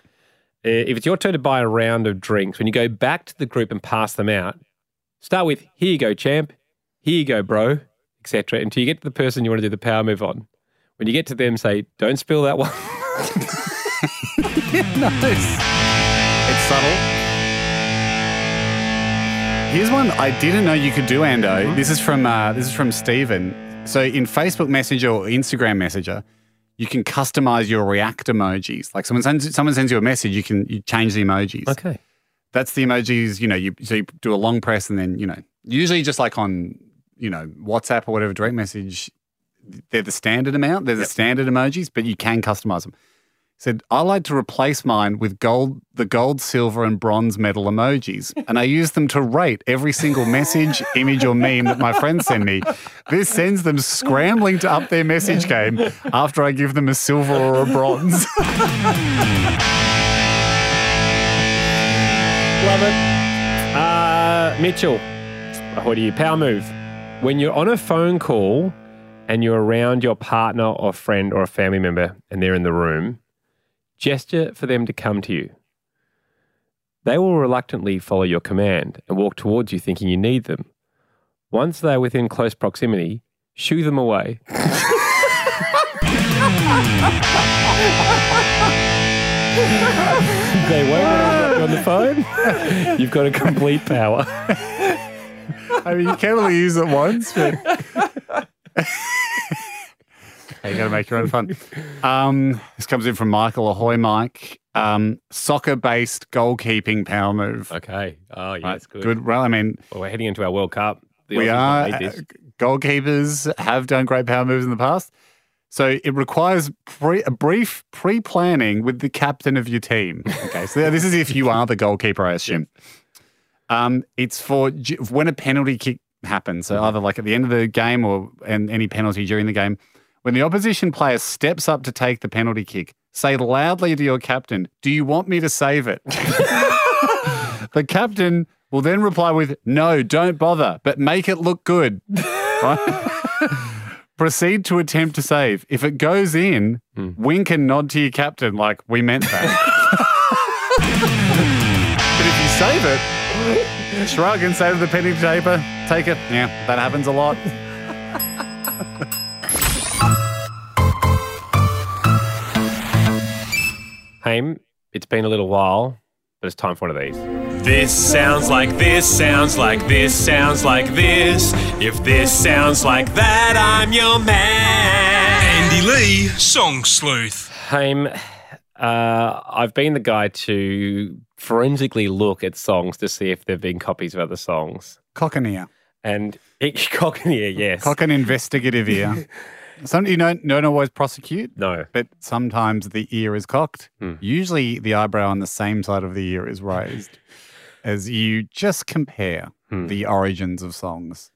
[SPEAKER 3] Uh, If it's your turn to buy a round of drinks, when you go back to the group and pass them out, start with "Here you go, champ," "Here you go, bro," etc. Until you get to the person you want to do the power move on. When you get to them, say, "Don't spill that [LAUGHS] one."
[SPEAKER 4] nice. It's subtle. Here's one I didn't know you could do, Ando. This is from uh, this is from Steven. So in Facebook Messenger or Instagram Messenger, you can customize your React emojis. Like someone sends someone sends you a message, you can you change the emojis.
[SPEAKER 3] okay.
[SPEAKER 4] That's the emojis. You know, you so you do a long press and then you know usually just like on you know WhatsApp or whatever direct message, they're the standard amount. They're the standard emojis, but you can customize them said, I like to replace mine with gold, the gold, silver, and bronze medal emojis. And I use them to rate every single message, image, or meme that my friends send me. This sends them scrambling to up their message game after I give them a silver or a bronze.
[SPEAKER 3] Love it. Uh, Mitchell, what do you power move? When you're on a phone call and you're around your partner or friend or a family member and they're in the room, gesture for them to come to you. They will reluctantly follow your command and walk towards you thinking you need them. Once they're within close proximity, shoo them away. they won't want to be on the phone. You've got a complete power.
[SPEAKER 4] I mean, you can only use it once, but. Hey, you got to make your own fun. Um, this comes in from Michael. Ahoy, Mike. Um, soccer based goalkeeping power move.
[SPEAKER 3] [LAUGHS] Okay. Oh, yeah,
[SPEAKER 4] Well, I mean,
[SPEAKER 3] Well, we're heading into our World Cup. The
[SPEAKER 4] we
[SPEAKER 3] Aussies
[SPEAKER 4] are.
[SPEAKER 3] have made
[SPEAKER 4] uh,
[SPEAKER 3] this.
[SPEAKER 4] goalkeepers have done great power moves in the past. So it requires pre, a brief pre planning with the captain of
[SPEAKER 3] [LAUGHS]
[SPEAKER 4] your team. Okay, so this is if you are the goalkeeper, I assume. Um, it's for ju- when a penalty kick happens.
[SPEAKER 3] Mm-hmm.
[SPEAKER 4] So either like at the end of the game or and any penalty during the game. When the opposition player steps up to take the penalty kick, say loudly to your captain, Do you want me to save it? the captain will then reply with, No, don't bother, but make it look good. Proceed to attempt to save. If it goes in, wink and nod to your captain like, We meant that. but if you save it, Shrug and save the penny paper. Take it. Yeah, that happens a lot.
[SPEAKER 3] Haim, it's been a little while, but it's time for one of these.
[SPEAKER 1] This sounds like this, sounds like this, sounds like this. If this sounds like that, I'm your man.
[SPEAKER 7] Andy Lee, Song Sleuth.
[SPEAKER 3] Haim, uh, I've been the guy to forensically look at songs to see if there have been copies of other songs.
[SPEAKER 4] Cock an ear.
[SPEAKER 3] And [LAUGHS] it, Cockney, yes.
[SPEAKER 4] Cock an investigative ear. Some you don't, don't always
[SPEAKER 3] [LAUGHS]
[SPEAKER 4] prosecute,
[SPEAKER 3] no.
[SPEAKER 4] but sometimes the ear is cocked.
[SPEAKER 3] Hmm.
[SPEAKER 4] Usually the eyebrow on the same side of the ear is
[SPEAKER 3] [LAUGHS]
[SPEAKER 4] raised as you just compare
[SPEAKER 3] Hmm.
[SPEAKER 4] the origins of songs.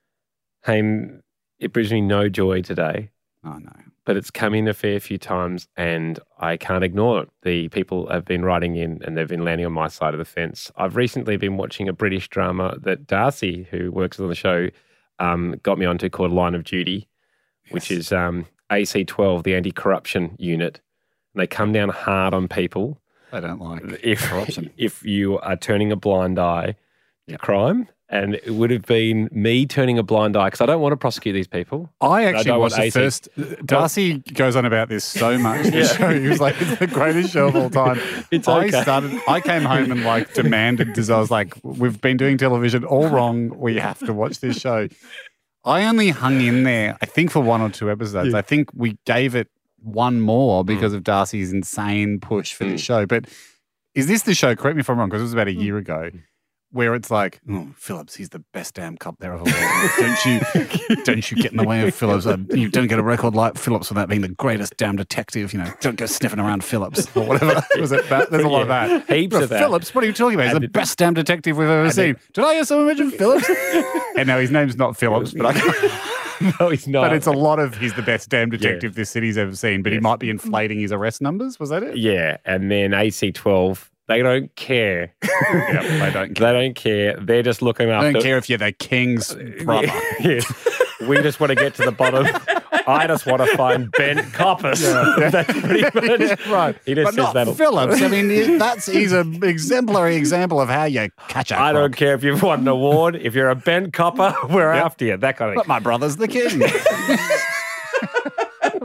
[SPEAKER 3] Haim, it brings me no joy today.
[SPEAKER 4] Oh, no.
[SPEAKER 3] but it's come in a fair few times and I can't ignore it. The people have been writing in and they've been landing on my side of the fence. I've recently been watching a British drama that Darcy, who works on the show, um, got me onto called Line of Duty, which is um, AC12, the anti corruption unit. And they come down hard on people
[SPEAKER 4] I don't like
[SPEAKER 3] [LAUGHS] if,
[SPEAKER 4] [LAUGHS] corruption.
[SPEAKER 3] if you are turning a blind eye to crime. And it would have been me turning a blind eye because I don't want to prosecute these people.
[SPEAKER 4] I
[SPEAKER 3] I
[SPEAKER 4] actually
[SPEAKER 3] don't
[SPEAKER 4] watched
[SPEAKER 3] want AC.
[SPEAKER 4] the first. Darcy goes on about this so
[SPEAKER 3] [LAUGHS]
[SPEAKER 4] much. in The show he was like, "It's the greatest show of all time."
[SPEAKER 3] It's
[SPEAKER 4] I
[SPEAKER 3] okay.
[SPEAKER 4] started. I came home and like demanded. This, I was like, "We've been doing television all wrong. We have to watch this show." I only hung in there. I think for one or two episodes. I think we gave it one more
[SPEAKER 3] Mm.
[SPEAKER 4] because of Darcy's insane push for this show. But is this the show? Correct me if I'm wrong, because it was
[SPEAKER 3] Hmm.
[SPEAKER 4] about a year ago, where it's like, oh, Phillips, he's the best damn cop there ever was. don't
[SPEAKER 3] [LAUGHS]
[SPEAKER 4] you, don't you get in the way of Phillips? Uh, You don't get a record like Phillips without being the greatest damn detective. You know, don't go sniffing around Phillips or
[SPEAKER 3] [LAUGHS]
[SPEAKER 4] whatever. was it that? There's a lot
[SPEAKER 3] Yeah,
[SPEAKER 4] of
[SPEAKER 3] [LAUGHS]
[SPEAKER 4] that.
[SPEAKER 3] heaps
[SPEAKER 4] But
[SPEAKER 3] of that.
[SPEAKER 4] Phillips, what are you talking about? He's the,
[SPEAKER 3] And it-
[SPEAKER 4] best damn detective we've ever seen. Did I hear someone mention
[SPEAKER 3] [LAUGHS]
[SPEAKER 4] Phillips? and no, his name's not Phillips, but I.
[SPEAKER 3] [LAUGHS] No, it's not.
[SPEAKER 4] But it's a lot of he's the best damn detective this city's ever seen. But he might be inflating his arrest numbers. Was that it?
[SPEAKER 3] Yeah, and then AC12, they don't care.
[SPEAKER 4] Yeah, I
[SPEAKER 3] [LAUGHS]
[SPEAKER 4] don't
[SPEAKER 3] They don't care. They're just looking
[SPEAKER 4] I
[SPEAKER 3] after.
[SPEAKER 4] don't care if you're the king's brother.
[SPEAKER 3] [LAUGHS] Yes. We just want to get to the
[SPEAKER 4] [LAUGHS]
[SPEAKER 3] bottom. I just want to find Ben Coppice. [LAUGHS] That's
[SPEAKER 4] [LAUGHS]
[SPEAKER 3] pretty much
[SPEAKER 4] right.
[SPEAKER 3] He just
[SPEAKER 4] but
[SPEAKER 3] says
[SPEAKER 4] not
[SPEAKER 3] that.
[SPEAKER 4] Phillips. I mean, that's
[SPEAKER 3] [LAUGHS]
[SPEAKER 4] he's an exemplary example of how you catch a
[SPEAKER 3] I don't
[SPEAKER 4] crook.
[SPEAKER 3] care if you've
[SPEAKER 4] [LAUGHS]
[SPEAKER 3] won an award. If you're a Ben Copper, [LAUGHS] we're after you. That kind of
[SPEAKER 4] But
[SPEAKER 3] thing.
[SPEAKER 4] my brother's the
[SPEAKER 3] [LAUGHS]
[SPEAKER 4] king. [LAUGHS]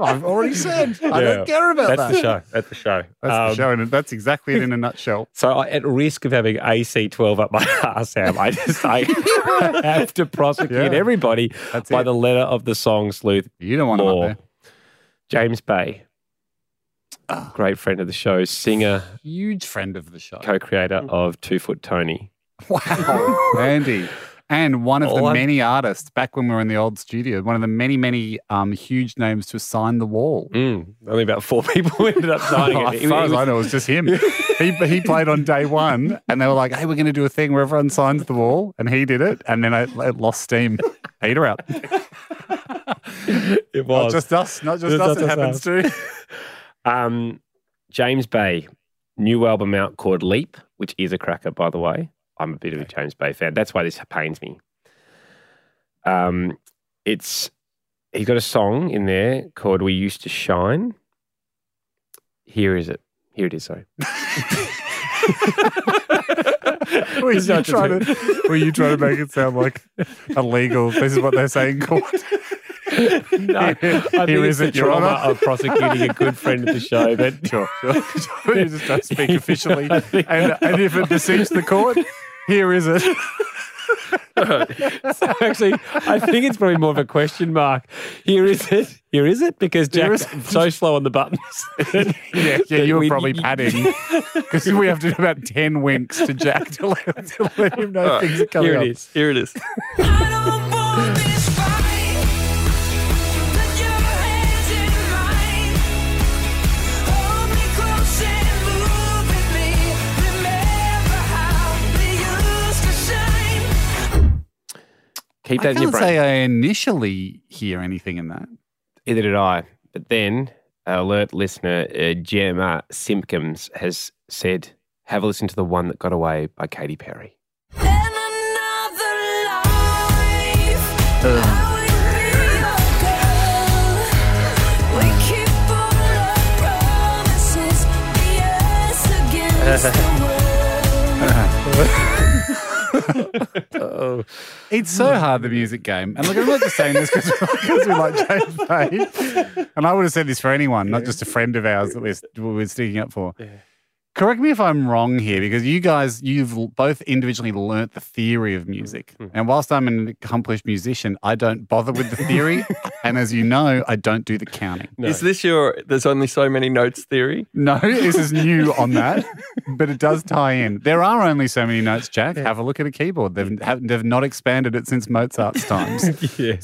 [SPEAKER 4] I've already said
[SPEAKER 3] Yeah.
[SPEAKER 4] I don't care about
[SPEAKER 3] That's
[SPEAKER 4] that.
[SPEAKER 3] the show. That's the show.
[SPEAKER 4] That's
[SPEAKER 3] Um,
[SPEAKER 4] the show, and that's exactly it in a nutshell.
[SPEAKER 3] So I, at risk of having AC12 up my [LAUGHS] ass, Sam, I just
[SPEAKER 4] [LAUGHS]
[SPEAKER 3] I have to prosecute
[SPEAKER 4] Yeah.
[SPEAKER 3] everybody
[SPEAKER 4] That's
[SPEAKER 3] by
[SPEAKER 4] it.
[SPEAKER 3] the letter of the song sleuth
[SPEAKER 4] You don't want him
[SPEAKER 3] Or
[SPEAKER 4] up
[SPEAKER 3] James Bay, great friend of the show, singer,
[SPEAKER 4] there. Huge friend of the show.
[SPEAKER 3] co-creator of Two Foot Tony.
[SPEAKER 4] Wow,
[SPEAKER 3] [LAUGHS]
[SPEAKER 4] Andy. And one of the
[SPEAKER 3] All I'm-
[SPEAKER 4] many artists back when we were in the old studio, one of the many, many um, huge names to sign the wall.
[SPEAKER 3] Mm, only about four [LAUGHS] people ended up signing
[SPEAKER 4] Oh,
[SPEAKER 3] it.
[SPEAKER 4] as
[SPEAKER 3] It
[SPEAKER 4] far as
[SPEAKER 3] was-
[SPEAKER 4] I know, it was just him. he, he played on day one, and they were like, "Hey, we're going to do a thing where everyone signs the wall," and he did it, and then I, it lost steam. Peter out.
[SPEAKER 3] it
[SPEAKER 4] [LAUGHS] Not
[SPEAKER 3] was.
[SPEAKER 4] just us. Not just
[SPEAKER 3] Just us,
[SPEAKER 4] us. It
[SPEAKER 3] us,
[SPEAKER 4] happens
[SPEAKER 3] us.
[SPEAKER 4] too.
[SPEAKER 3] Um, James Bay, new album out called Leap, which is a cracker, by the way. I'm a bit of a James Bay fan. That's why this pains me. Um, it's he got a song in there called "We Used to Shine." Here is it. Here it is. Sorry. [LAUGHS]
[SPEAKER 4] Were
[SPEAKER 3] It's
[SPEAKER 4] you
[SPEAKER 3] not just
[SPEAKER 4] trying
[SPEAKER 3] me.
[SPEAKER 4] to? Were you trying to make it sound like illegal? This is what they're saying. Court.
[SPEAKER 3] [LAUGHS] No, I think
[SPEAKER 4] Here
[SPEAKER 3] it's
[SPEAKER 4] is
[SPEAKER 3] the
[SPEAKER 4] it, Your
[SPEAKER 3] drama
[SPEAKER 4] Honour.
[SPEAKER 3] of prosecuting a good friend of the
[SPEAKER 5] [LAUGHS]
[SPEAKER 3] show. But
[SPEAKER 4] [LAUGHS] Sure. sure. you just don't
[SPEAKER 3] [LAUGHS]
[SPEAKER 4] speak officially, and, and if it beseems the court, here is it.
[SPEAKER 3] So actually, I think it's probably more of a question mark. Here is it. Here is it because
[SPEAKER 4] Here
[SPEAKER 3] Jack's
[SPEAKER 4] is it.
[SPEAKER 3] so slow on the buttons.
[SPEAKER 5] [LAUGHS]
[SPEAKER 4] [LAUGHS] Yeah, yeah,
[SPEAKER 3] that
[SPEAKER 4] you were
[SPEAKER 3] we-
[SPEAKER 4] probably padding [LAUGHS] because we have to do about ten winks to Jack to let, to let him know things are coming
[SPEAKER 3] Here
[SPEAKER 4] up.
[SPEAKER 3] it is.
[SPEAKER 5] Here it is.
[SPEAKER 7] I don't want this fight.
[SPEAKER 3] keep that
[SPEAKER 4] I
[SPEAKER 3] in your
[SPEAKER 4] can't
[SPEAKER 3] brain.
[SPEAKER 4] say I initially hear anything in that.
[SPEAKER 3] Neither did I. But then, alert listener uh, Gemma Simpkins has said, "Have a listen to the one that got away by Katy Perry."
[SPEAKER 4] It's so hard, the music game. And look, I'm not just saying this because we like James Bay. And I would have said this for anyone, not just a friend of ours that we're, we're sticking up for. Correct me if I'm wrong here, because you guys, you've l- both individually learnt the theory of music. And whilst I'm an accomplished musician, I don't bother with the theory. and as you know, I don't do the counting.
[SPEAKER 5] Is this your there's only so many notes theory?
[SPEAKER 4] No, this is new on that, but it does tie in. There are only so many notes, Jack. Have a look at a keyboard. They've, have, they've not expanded it
[SPEAKER 3] [LAUGHS]
[SPEAKER 4] since Mozart's times.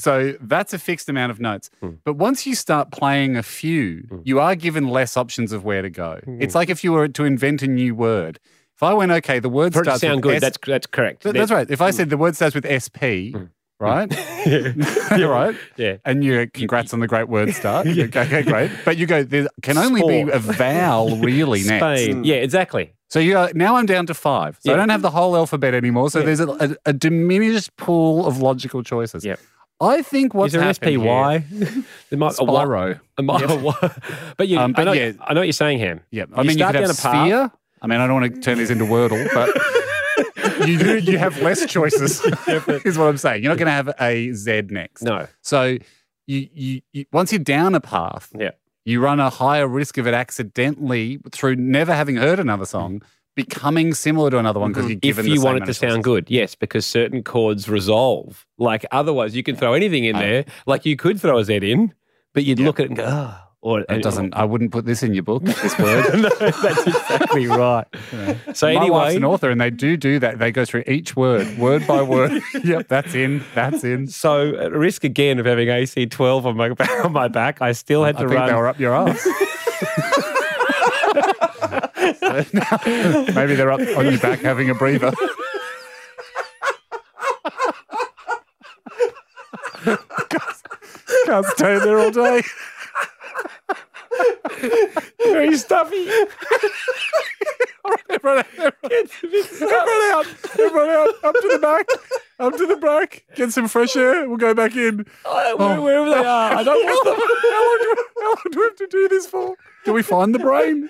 [SPEAKER 4] So that's a fixed amount of notes.
[SPEAKER 3] Hmm.
[SPEAKER 4] But once you start playing a few, you are given less options of where to go.
[SPEAKER 3] Hmm.
[SPEAKER 4] It's like if you were to invent a new word. If I went, okay, the word
[SPEAKER 3] For it to
[SPEAKER 4] starts
[SPEAKER 3] sound
[SPEAKER 4] with
[SPEAKER 3] good,
[SPEAKER 4] S-
[SPEAKER 3] that's that's correct.
[SPEAKER 4] Th- that's right. If
[SPEAKER 3] Hmm.
[SPEAKER 4] I said the word starts with SP, right? [LAUGHS] You're right.
[SPEAKER 3] [LAUGHS] Yeah.
[SPEAKER 4] And you congrats on the great
[SPEAKER 3] [LAUGHS]
[SPEAKER 4] word start. okay, okay, great. But you go, there can only be
[SPEAKER 3] Sport.
[SPEAKER 4] a
[SPEAKER 3] [LAUGHS]
[SPEAKER 4] vowel really next.
[SPEAKER 3] Spain. Yeah, exactly.
[SPEAKER 4] So you are now I'm down to five. So I
[SPEAKER 3] Yeah.
[SPEAKER 4] don't have the whole alphabet anymore. So there's a, a, a diminished pool of logical choices.
[SPEAKER 3] Yep.
[SPEAKER 4] I think what's
[SPEAKER 3] Is there an
[SPEAKER 4] happened here-
[SPEAKER 3] SPY? [LAUGHS] There might- a wa-
[SPEAKER 4] Spyro.
[SPEAKER 3] a mi- a wa- but you,
[SPEAKER 4] Um,
[SPEAKER 3] I,
[SPEAKER 4] but
[SPEAKER 3] know,
[SPEAKER 4] yeah.
[SPEAKER 3] I know what you're saying, Ham.
[SPEAKER 4] Yeah,
[SPEAKER 3] You
[SPEAKER 4] I mean, you
[SPEAKER 3] start
[SPEAKER 4] could have
[SPEAKER 3] down a path.
[SPEAKER 4] sphere. I mean, I don't want to turn this into Wordle,
[SPEAKER 3] [LAUGHS]
[SPEAKER 4] but you do, you have less choices. [LAUGHS] is what I'm saying. You're not going to have a Z next.
[SPEAKER 3] No.
[SPEAKER 4] So you, you, you once you're down a path,
[SPEAKER 3] Yeah.
[SPEAKER 4] you run a higher risk of it accidentally through never having heard another song becoming similar to another one because you're
[SPEAKER 3] Mm-hmm. If
[SPEAKER 4] given. the
[SPEAKER 3] you
[SPEAKER 4] same
[SPEAKER 3] want it
[SPEAKER 4] amount
[SPEAKER 3] to
[SPEAKER 4] of
[SPEAKER 3] sound
[SPEAKER 4] choices.
[SPEAKER 3] good, yes, because certain chords resolve. Like otherwise, you can throw anything in there. Like you could throw a Z in, but you'd look at it and go, ah. Or
[SPEAKER 4] It doesn't. I wouldn't put this in your book. This word.
[SPEAKER 3] [LAUGHS] no, that's
[SPEAKER 4] [LAUGHS]
[SPEAKER 3] exactly right. So
[SPEAKER 4] My wife's
[SPEAKER 3] anyway,
[SPEAKER 4] an author, and they do do that. They go through each word, word by
[SPEAKER 3] [LAUGHS]
[SPEAKER 4] word. yep, that's in. That's in.
[SPEAKER 3] so at risk again of having AC12 on my [LAUGHS] on my back, I still had
[SPEAKER 4] I
[SPEAKER 3] to
[SPEAKER 4] think
[SPEAKER 3] run.
[SPEAKER 4] they were
[SPEAKER 3] [LAUGHS]
[SPEAKER 4] up your ass. Maybe they're up on your back having
[SPEAKER 3] [LAUGHS]
[SPEAKER 4] a breather. Can't- Can't stay there all day.
[SPEAKER 3] very
[SPEAKER 4] [LAUGHS]
[SPEAKER 3] stuffy.
[SPEAKER 4] Everyone, everyone out. Everyone out. Up to the back. Up to the back. Get some fresh air. We'll go back in.
[SPEAKER 3] Oh, Where- Wherever they are, I don't want
[SPEAKER 4] [LAUGHS]
[SPEAKER 3] them.
[SPEAKER 4] How long, do, how long do we have to do this for? Can we find the brain?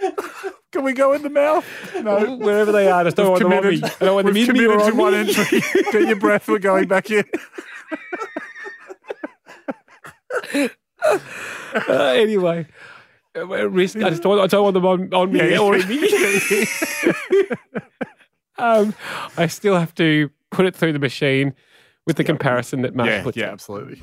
[SPEAKER 4] Can we go in the mouth? No.
[SPEAKER 3] Wherever they are, I just don't
[SPEAKER 4] We've
[SPEAKER 3] want them on me.
[SPEAKER 4] committed,
[SPEAKER 3] I don't want them
[SPEAKER 4] we've
[SPEAKER 3] in me
[SPEAKER 4] committed
[SPEAKER 3] or
[SPEAKER 4] to
[SPEAKER 3] on
[SPEAKER 4] one
[SPEAKER 3] me.
[SPEAKER 4] entry. [LAUGHS] Get your breath. We're going back in.
[SPEAKER 3] [LAUGHS] Uh, anyway, uh, well, risk. I just don't, want- I don't want them on, on me
[SPEAKER 4] Yeah, yeah.
[SPEAKER 3] or in me. [LAUGHS] um, I still have to put it through the machine with the comparison that Mark put.
[SPEAKER 4] absolutely.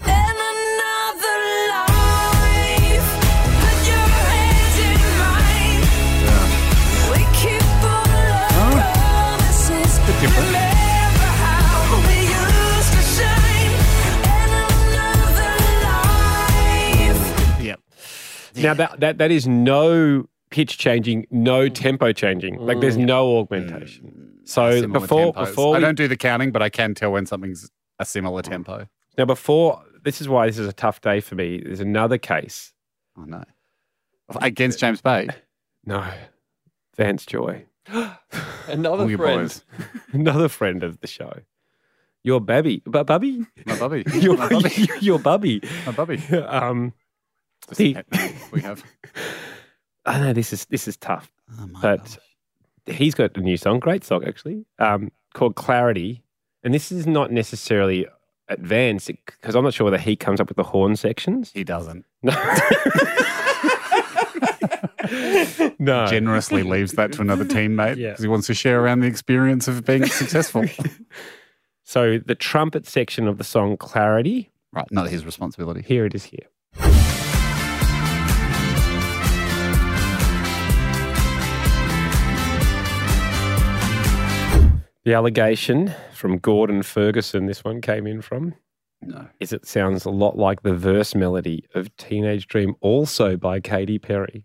[SPEAKER 3] Now that, that that is no pitch changing,
[SPEAKER 4] Mm.
[SPEAKER 3] no tempo changing. Like there's no augmentation. So before before
[SPEAKER 4] I
[SPEAKER 3] we-
[SPEAKER 4] don't do the counting, but I can tell when something's a similar tempo.
[SPEAKER 3] now before this is why this is a tough day for me. There's another case.
[SPEAKER 4] Oh no. Against James Bay.
[SPEAKER 3] No, Vance Joy.
[SPEAKER 5] Another
[SPEAKER 4] All your
[SPEAKER 5] friend.
[SPEAKER 4] boys.
[SPEAKER 3] another friend of the show. Your babby, bu- bubby,
[SPEAKER 4] My [LAUGHS] bubby.
[SPEAKER 3] your
[SPEAKER 4] My bubby.
[SPEAKER 3] [LAUGHS] your bubby.
[SPEAKER 4] My bubby.
[SPEAKER 3] Um,
[SPEAKER 4] Just
[SPEAKER 3] The-
[SPEAKER 4] a pet we have.
[SPEAKER 3] I know this is this is tough,
[SPEAKER 4] [LAUGHS] Oh, my
[SPEAKER 3] but
[SPEAKER 4] gosh.
[SPEAKER 3] he's got a new song, great song actually, um, called Clarity, and this is not necessarily advanced because I'm not sure whether he comes up with the horn sections. [LAUGHS]
[SPEAKER 4] he doesn't.
[SPEAKER 3] No. no. [LAUGHS]
[SPEAKER 4] Generously leaves that to another teammate because
[SPEAKER 3] Yeah.
[SPEAKER 4] he wants to share around the experience
[SPEAKER 3] [LAUGHS]
[SPEAKER 4] of being successful.
[SPEAKER 3] so the trumpet section of the song Clarity,
[SPEAKER 4] right, not his responsibility.
[SPEAKER 3] here it is here. The allegation from Gordon Ferguson, this one came in from,
[SPEAKER 4] No.
[SPEAKER 3] is it sounds a lot like the verse melody of Teenage Dream, also by Katy Perry.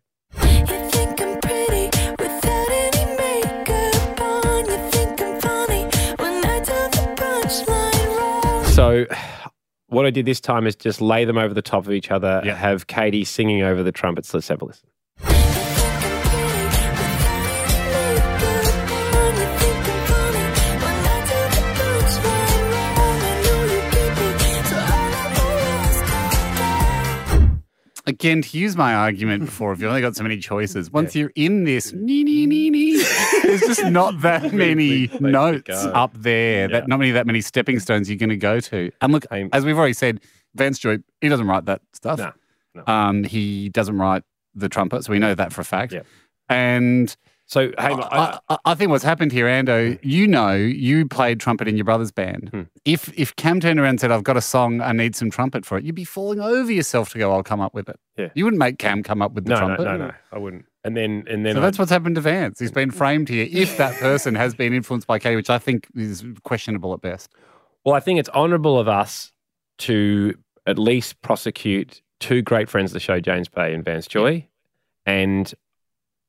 [SPEAKER 3] So What I did this time is just lay them over the top of each other,
[SPEAKER 4] Yeah.
[SPEAKER 3] have Katie singing over the trumpets. Let's have a listen.
[SPEAKER 4] Again, to use my argument before, if you've only got so many choices, once you're in this, nee, nee, nee, nee, there's just
[SPEAKER 3] [LAUGHS]
[SPEAKER 4] not that many notes
[SPEAKER 3] go.
[SPEAKER 4] up there, that not many that many stepping stones you're going to go to. And look,
[SPEAKER 3] Aim-
[SPEAKER 4] as we've already said, Vance Joy, he doesn't write that stuff.
[SPEAKER 3] No, no.
[SPEAKER 4] Um, he doesn't write the trumpet, so we know that for a fact.
[SPEAKER 3] Yeah.
[SPEAKER 4] And
[SPEAKER 3] So, hey, I,
[SPEAKER 4] I, I, I think what's happened here, Ando, you know, you played trumpet in your brother's band.
[SPEAKER 3] Hmm.
[SPEAKER 4] If if Cam turned around and said, I've got a song, I need some trumpet for it, you'd be falling over yourself to go, I'll come up with it.
[SPEAKER 3] Yeah.
[SPEAKER 4] You wouldn't make Cam come up with the
[SPEAKER 3] no, no,
[SPEAKER 4] trumpet.
[SPEAKER 3] no, no, I wouldn't. And then, and then,
[SPEAKER 4] So
[SPEAKER 3] I-
[SPEAKER 4] that's what's happened to Vance.
[SPEAKER 3] [LAUGHS]
[SPEAKER 4] He's been framed here. If that person has been influenced by Katie, which I think is questionable at best.
[SPEAKER 3] well, I think it's honourable of us to at least prosecute two great friends of the show, James Bay and Vance Joy, and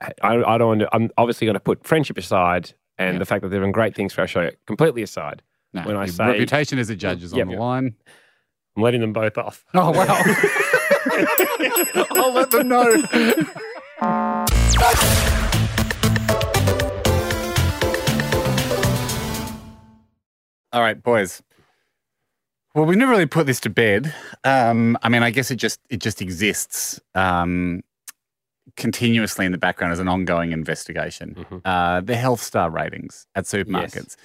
[SPEAKER 3] I, I don't. Want to, I'm obviously going to put friendship aside and
[SPEAKER 4] Yeah.
[SPEAKER 3] the fact that they've done great things for our show completely aside.
[SPEAKER 4] No,
[SPEAKER 3] When I
[SPEAKER 4] your
[SPEAKER 3] say-
[SPEAKER 4] reputation as a judge is
[SPEAKER 3] Yep.
[SPEAKER 4] on the line.
[SPEAKER 3] I'm letting them both off.
[SPEAKER 4] Oh wow! [LAUGHS] I'll let them know. All right, boys. Well, we never really put this to bed. Um, I mean, I guess it just it just exists um, continuously in the background as an ongoing investigation.
[SPEAKER 3] Mhm.
[SPEAKER 4] Uh, the health star ratings at supermarkets.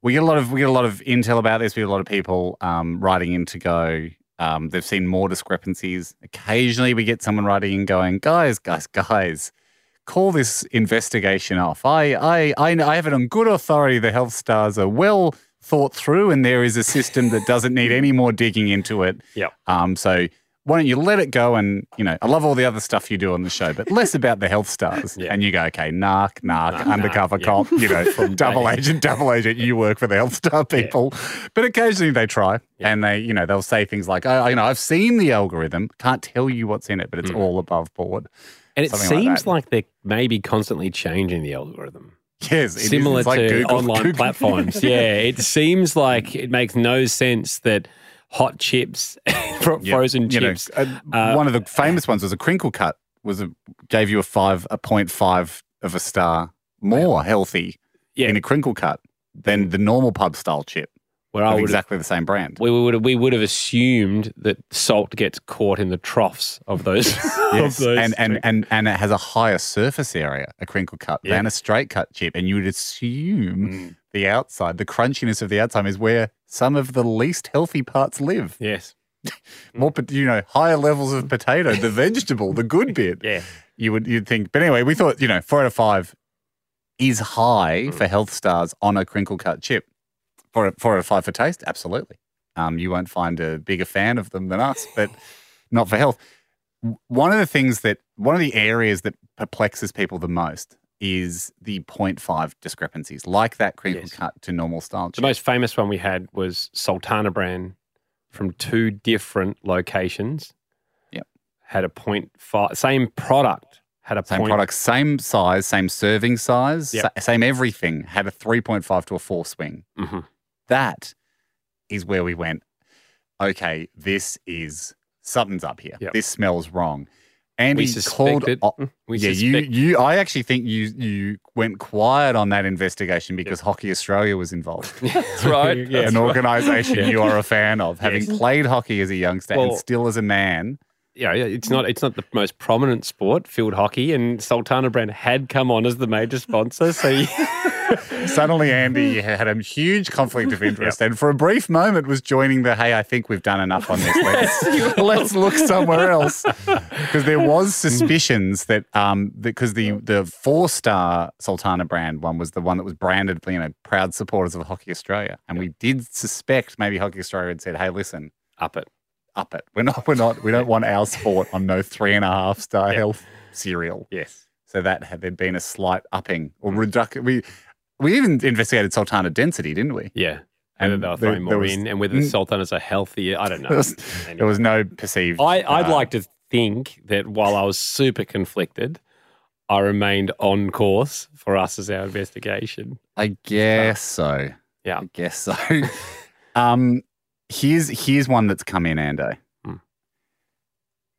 [SPEAKER 4] We get a lot of we get a lot of intel about this. We get a lot of people um, writing in to go. Um, they've seen more discrepancies. Occasionally, we get someone writing in going, "Guys, guys, guys, call this investigation off. I, I, I, I have it on good authority. The health stars are well thought through, and there is a system that doesn't need any more digging into it.
[SPEAKER 3] Yep.
[SPEAKER 4] Um. So." Why don't you let it go? And you know, I love all the other stuff you do on the show, but less about the health stars.
[SPEAKER 3] Yeah.
[SPEAKER 4] And you go, okay, narc, narc,
[SPEAKER 3] Narc,
[SPEAKER 4] undercover
[SPEAKER 3] narc, yeah.
[SPEAKER 4] cop, you
[SPEAKER 3] [LAUGHS]
[SPEAKER 4] know, double
[SPEAKER 3] day.
[SPEAKER 4] agent, double agent. You work for the Elf Star people, but occasionally they try and they, you know, they'll say things like, "Oh, you know, I've seen the algorithm. Can't tell you what's in it, but it's
[SPEAKER 3] Hmm.
[SPEAKER 4] all above board."
[SPEAKER 3] And it
[SPEAKER 4] Something like
[SPEAKER 3] seems
[SPEAKER 4] that.
[SPEAKER 3] like, they're maybe constantly changing the algorithm.
[SPEAKER 4] Yes, it is.
[SPEAKER 3] Similar
[SPEAKER 4] It's like
[SPEAKER 3] to
[SPEAKER 4] Google-
[SPEAKER 3] online
[SPEAKER 4] Google- [LAUGHS]
[SPEAKER 3] platforms. Yeah, it seems like it makes no sense that hot chips, [LAUGHS] fro-
[SPEAKER 4] Yeah.
[SPEAKER 3] frozen
[SPEAKER 4] You know,
[SPEAKER 3] chips,
[SPEAKER 4] uh,
[SPEAKER 3] uh,
[SPEAKER 4] one of the famous ones was a crinkle cut. Was a, gave you a five, a point five of a star more healthy
[SPEAKER 3] yeah,
[SPEAKER 4] in a crinkle cut than the normal pub style chip
[SPEAKER 3] where I
[SPEAKER 4] of
[SPEAKER 3] would
[SPEAKER 4] exactly the same brand.
[SPEAKER 3] we would have, we would have assumed that salt gets caught in the troughs of those. [LAUGHS]
[SPEAKER 4] Yes,
[SPEAKER 3] of those
[SPEAKER 4] and, and, and, and it has a higher surface area, a crinkle cut,
[SPEAKER 3] Yeah. Mm.
[SPEAKER 4] than a straight cut chip. And you would assume the outside, the crunchiness of the outside is where some of the least healthy parts live.
[SPEAKER 3] yes, Mm.
[SPEAKER 4] More, pot- you know, higher levels of potato, the vegetable, the good bit.
[SPEAKER 3] yeah,
[SPEAKER 4] You would you'd think. But anyway, we thought, you know, four out of five is high
[SPEAKER 3] Hmm.
[SPEAKER 4] for health stars on a crinkle cut chip. Four, four out of five for taste, absolutely. Um, you won't find a bigger fan of them than us,
[SPEAKER 3] [SIGHS]
[SPEAKER 4] but not for health. W- One of the things that one of the areas that perplexes people the most is the 0.5 discrepancies, like that crinkle
[SPEAKER 3] Yes.
[SPEAKER 4] cut to normal style
[SPEAKER 3] the
[SPEAKER 4] chip.
[SPEAKER 3] most famous one we had was Sultana brand from two different locations.
[SPEAKER 4] Yep.
[SPEAKER 3] had a point five same product had a
[SPEAKER 4] Same
[SPEAKER 3] point
[SPEAKER 4] product, same size, same serving size,
[SPEAKER 3] Yep.
[SPEAKER 4] sa- same everything. Had a 3.5 to a 4 swing.
[SPEAKER 3] Mhm.
[SPEAKER 4] That is where we went, okay, this is something's up here.
[SPEAKER 3] Yep.
[SPEAKER 4] This smells wrong. Andy called.
[SPEAKER 3] suspected-
[SPEAKER 4] o-
[SPEAKER 3] Mm-hmm. We
[SPEAKER 4] yeah, you,
[SPEAKER 3] suspect-
[SPEAKER 4] you. I actually think you you went quiet on that investigation because Hockey Australia
[SPEAKER 3] [LAUGHS]
[SPEAKER 4] was involved, [LAUGHS]
[SPEAKER 5] That's right.
[SPEAKER 3] Yeah.
[SPEAKER 5] That's
[SPEAKER 4] an
[SPEAKER 5] right.
[SPEAKER 3] [LAUGHS]
[SPEAKER 4] organisation
[SPEAKER 3] Yeah.
[SPEAKER 4] you are a fan of, having
[SPEAKER 3] Yes.
[SPEAKER 4] played hockey as a youngster
[SPEAKER 3] Well-
[SPEAKER 4] and still as a man.
[SPEAKER 3] yeah, yeah, it's not it's not the most prominent sport, field hockey, and Sultana brand had come on as the major sponsor. So [LAUGHS] you,
[SPEAKER 4] Suddenly, Andy had a huge conflict of interest, and for a brief moment was joining the "Hey, I think we've done enough on this. Let's, let's look somewhere else," because there was suspicions that um because the the four star Sultana brand one was the one that was branded you know proud supporters of Hockey Australia, and we did suspect maybe Hockey Australia had said, "Hey, listen."
[SPEAKER 3] up it.
[SPEAKER 4] Up it. We're not. We're not. We don't want our sport on no three and a half star health cereal.
[SPEAKER 3] Yes. Hmm.
[SPEAKER 4] So that had there been a slight upping or reduction. We we even investigated sultana density, didn't we?
[SPEAKER 3] Yeah. And
[SPEAKER 4] And
[SPEAKER 3] whether they were
[SPEAKER 4] there-
[SPEAKER 3] throwing
[SPEAKER 4] there
[SPEAKER 3] more
[SPEAKER 4] was-
[SPEAKER 3] in and whether
[SPEAKER 4] Mm.
[SPEAKER 3] the Sultanas are healthier, I don't
[SPEAKER 4] [LAUGHS]
[SPEAKER 3] know.
[SPEAKER 4] There was, there was no perceived.
[SPEAKER 3] I, I'd
[SPEAKER 4] uh,
[SPEAKER 3] like to think that while I was super conflicted, I remained on course for us as our investigation.
[SPEAKER 4] I guess so.
[SPEAKER 3] [LAUGHS] Yeah.
[SPEAKER 4] I guess so. um, Here's here's one that's come in, Ando.
[SPEAKER 3] Hmm.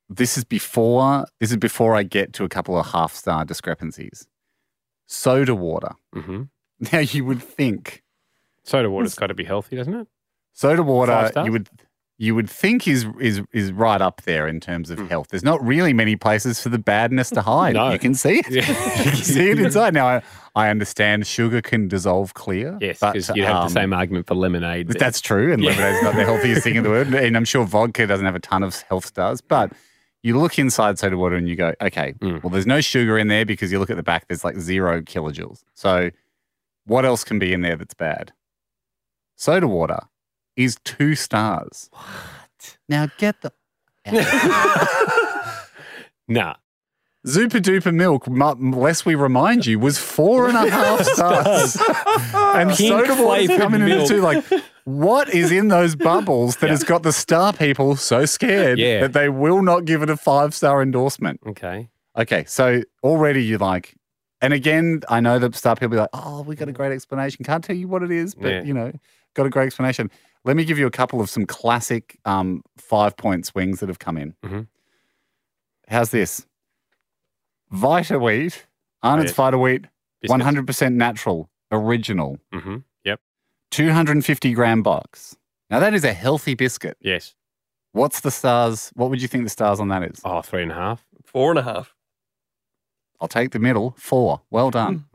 [SPEAKER 4] This is before this is before I get to a couple of half star discrepancies. Soda water. [LAUGHS]
[SPEAKER 3] Mm-hmm.
[SPEAKER 4] Now you would think
[SPEAKER 3] Soda water's got to be healthy, doesn't it?
[SPEAKER 4] soda
[SPEAKER 3] Five
[SPEAKER 4] water
[SPEAKER 3] stars?
[SPEAKER 4] you would you would think is is is right up there in terms of health. There's not really many places for the badness to hide.
[SPEAKER 3] No.
[SPEAKER 4] You can see it.
[SPEAKER 3] Yeah.
[SPEAKER 4] [LAUGHS] You can see it inside. Now I, I understand sugar can dissolve clear.
[SPEAKER 3] yes,
[SPEAKER 4] but,
[SPEAKER 3] because you'd have
[SPEAKER 4] um,
[SPEAKER 3] the same argument for lemonade. that-
[SPEAKER 4] That's true, and
[SPEAKER 3] Yeah.
[SPEAKER 4] lemonade's not the healthiest thing in the world. And I'm sure vodka doesn't have a ton of health stars, but you look inside soda water and you go, okay,
[SPEAKER 3] Mm.
[SPEAKER 4] well, there's no sugar in there because you look at the back, there's like zero kilojoules. So what else can be in there that's bad? Soda water is two stars. What? Now
[SPEAKER 3] [LAUGHS]
[SPEAKER 4] get the
[SPEAKER 3] nah.
[SPEAKER 4] Zupa Duper Milk, mu- less we remind you, was
[SPEAKER 3] [LAUGHS]
[SPEAKER 4] four and a half stars. and
[SPEAKER 3] Pink
[SPEAKER 4] soda water's
[SPEAKER 3] flavoured
[SPEAKER 4] coming in
[SPEAKER 3] milk.
[SPEAKER 4] at two. Like, what is
[SPEAKER 3] [LAUGHS]
[SPEAKER 4] in those bubbles that has got the star people so scared
[SPEAKER 3] Yeah.
[SPEAKER 4] that they will not give it a five star endorsement?
[SPEAKER 3] Okay.
[SPEAKER 4] Okay, so already you like, and again, I know that star people be like, oh, we got a great explanation. Can't tell you what it is, but
[SPEAKER 3] Yeah.
[SPEAKER 4] you know, got a great explanation. Let me give you a couple of some classic um, five point swings that have come in.
[SPEAKER 3] Mhm.
[SPEAKER 4] How's this? Vita Wheat, Arnott's Vita Wheat, 100% natural, original,
[SPEAKER 3] Mm-hmm. Yep.
[SPEAKER 4] 250 gram box. Now, that is a healthy biscuit.
[SPEAKER 3] Yes.
[SPEAKER 4] What's the stars? What would you think the stars on that is?
[SPEAKER 3] Oh, three and a half.
[SPEAKER 5] Four and a half.
[SPEAKER 4] I'll take the middle. Four. Well done.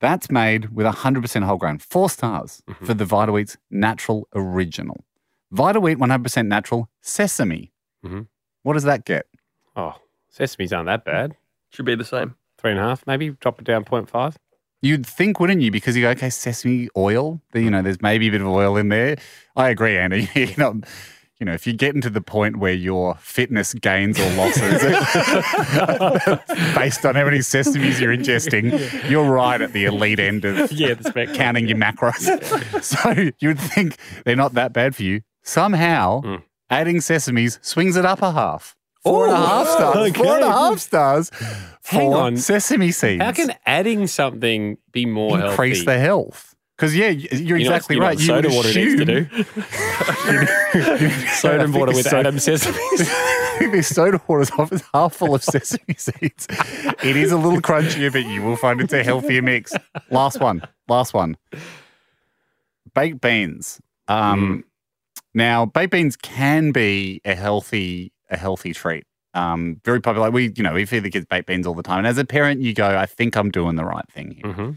[SPEAKER 4] That's made with 100% whole grain. Four stars for the Vita Wheat's natural original. Vita Wheat 100% natural sesame.
[SPEAKER 3] Mhm.
[SPEAKER 4] What does that get?
[SPEAKER 3] Oh, sesames aren't that bad.
[SPEAKER 5] Should be the same.
[SPEAKER 3] Three and a half, maybe. Drop it down [LAUGHS] 0.5.
[SPEAKER 4] You'd think, wouldn't you? Because you go, okay, sesame oil. then, You know, there's maybe a bit of oil in there. I agree, Andy. [LAUGHS] you know, you know, if you're getting to the point where your fitness gains or losses based on how many sesames you're ingesting, you're right at the elite end of
[SPEAKER 3] Yeah, the spec.
[SPEAKER 4] counting your
[SPEAKER 3] [LAUGHS]
[SPEAKER 4] macros. so you would think they're not that bad for you. Somehow,
[SPEAKER 3] Mm.
[SPEAKER 4] adding sesames swings it up a half. Four and a half stars. Four and
[SPEAKER 3] okay.
[SPEAKER 4] a half stars.
[SPEAKER 3] Hang
[SPEAKER 4] for
[SPEAKER 3] on.
[SPEAKER 4] Sesame seeds
[SPEAKER 3] How can adding something be more
[SPEAKER 4] increase
[SPEAKER 3] healthy?
[SPEAKER 4] the health. Because yeah, y- you're
[SPEAKER 3] You know what's-
[SPEAKER 4] exactly
[SPEAKER 3] you know
[SPEAKER 4] right.
[SPEAKER 3] what
[SPEAKER 4] You
[SPEAKER 3] soda
[SPEAKER 4] would
[SPEAKER 3] water needs to
[SPEAKER 4] [LAUGHS] assume-
[SPEAKER 3] do.
[SPEAKER 4] I
[SPEAKER 3] [LAUGHS] Soda
[SPEAKER 4] think
[SPEAKER 3] water
[SPEAKER 4] the
[SPEAKER 3] with
[SPEAKER 4] soda-
[SPEAKER 3] Adam
[SPEAKER 4] [LAUGHS]
[SPEAKER 3] sesames.
[SPEAKER 4] I think this soda water is half, is half full of sesame seeds. It is a little crunchier, but you will find it's a healthier mix. Last one. Last one. Baked beans. Um, Now, baked beans can be a healthy a healthy treat. Um, very popular. We you know we feed the kids baked beans all the time, and as a parent, you go, I think I'm doing the right thing here.
[SPEAKER 3] mm-hmm.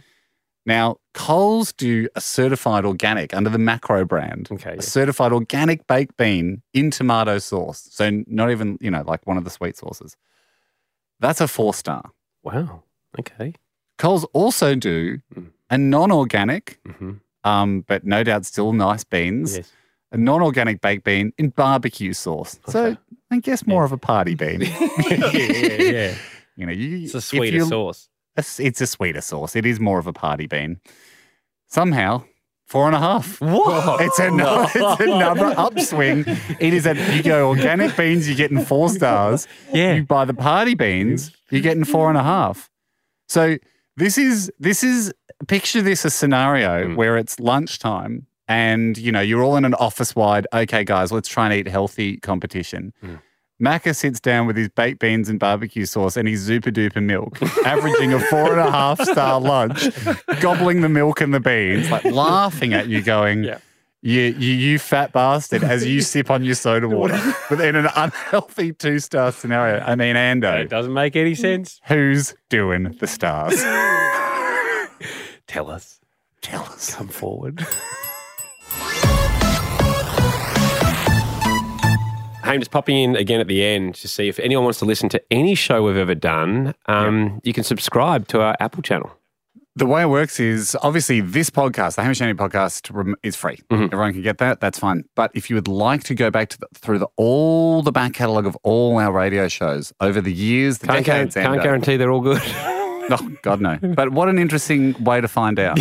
[SPEAKER 4] Now, Coles do a certified organic under the Macro brand.
[SPEAKER 3] Okay, yeah.
[SPEAKER 4] A certified organic baked bean in tomato sauce. So not even, you know, like one of the sweet sauces. That's a four star.
[SPEAKER 3] Wow. Okay.
[SPEAKER 4] Coles also do
[SPEAKER 3] Mm.
[SPEAKER 4] a non-organic,
[SPEAKER 3] Mm-hmm.
[SPEAKER 4] um, but no doubt still nice beans, [LAUGHS]
[SPEAKER 3] Yes.
[SPEAKER 4] a non-organic baked bean in barbecue sauce. So
[SPEAKER 3] Okay.
[SPEAKER 4] I guess more of a
[SPEAKER 3] [LAUGHS]
[SPEAKER 4] party bean.
[SPEAKER 3] yeah, yeah, yeah.
[SPEAKER 4] You know, you,
[SPEAKER 3] It's a
[SPEAKER 4] if
[SPEAKER 3] sweeter
[SPEAKER 4] you-
[SPEAKER 3] sauce.
[SPEAKER 4] It's it's a sweeter sauce. It is more of a party bean. Somehow, four and a half. What? It's another, [LAUGHS] it's another upswing. It is that you go organic beans, you're getting four stars.
[SPEAKER 3] Yeah.
[SPEAKER 4] You buy the party beans, you're getting four and a half. So this is this is picture this a scenario where it's lunchtime and you know you're all in an office wide. Okay, guys, let's try and eat healthy competition. Macca sits down with his baked beans and barbecue sauce and his super duper milk, averaging a four and a half star lunch, gobbling the milk and the beans, like laughing at you, going,
[SPEAKER 5] Yeah.
[SPEAKER 4] you, you, you fat bastard, as you sip on your soda water. But in an unhealthy two star scenario, I mean,
[SPEAKER 3] It
[SPEAKER 4] Ando,
[SPEAKER 3] doesn't make any sense.
[SPEAKER 4] who's doing the stars?
[SPEAKER 3] Tell us.
[SPEAKER 4] Tell us.
[SPEAKER 3] Come forward. I'm just popping in again at the end to see if anyone wants to listen to any show we've ever done. Um, You can subscribe to our Apple channel.
[SPEAKER 4] The way it works is obviously this podcast, the Hamish and Andy podcast, rem- is free.
[SPEAKER 3] Mm-hmm.
[SPEAKER 4] Everyone can get that. That's fine. But if you would like to go back to the, through the, all the back catalogue of all our radio shows over the years, the
[SPEAKER 3] Can't, guarantee,
[SPEAKER 4] decades,
[SPEAKER 3] can't
[SPEAKER 4] Ando-
[SPEAKER 3] guarantee they're all good. [LAUGHS]
[SPEAKER 4] Oh, [LAUGHS] God, no. But what an interesting way to find out.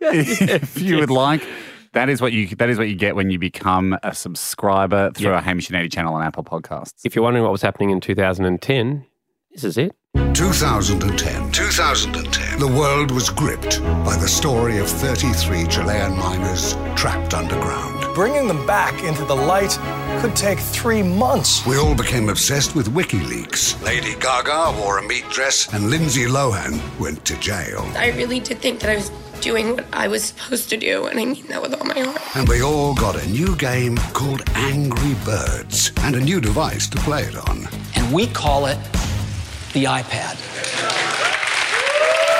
[SPEAKER 4] if you would like, that is what you that is what you get when you become a subscriber through our Hamish and Andy channel on Apple Podcasts.
[SPEAKER 3] if you're wondering what was happening in 2010, this is it.
[SPEAKER 2] 2010. 2010. The world was gripped by the story of 33 Chilean miners trapped underground.
[SPEAKER 8] Bringing them back into the light could take three months.
[SPEAKER 2] We all became obsessed with WikiLeaks. Lady Gaga wore a meat dress, and Lindsay Lohan went to jail.
[SPEAKER 9] I really did think that I was doing what I was supposed to do, and I mean that with all my heart.
[SPEAKER 2] And we all got a new game called Angry Birds and a new device to play it on.
[SPEAKER 10] and we call it the iPad.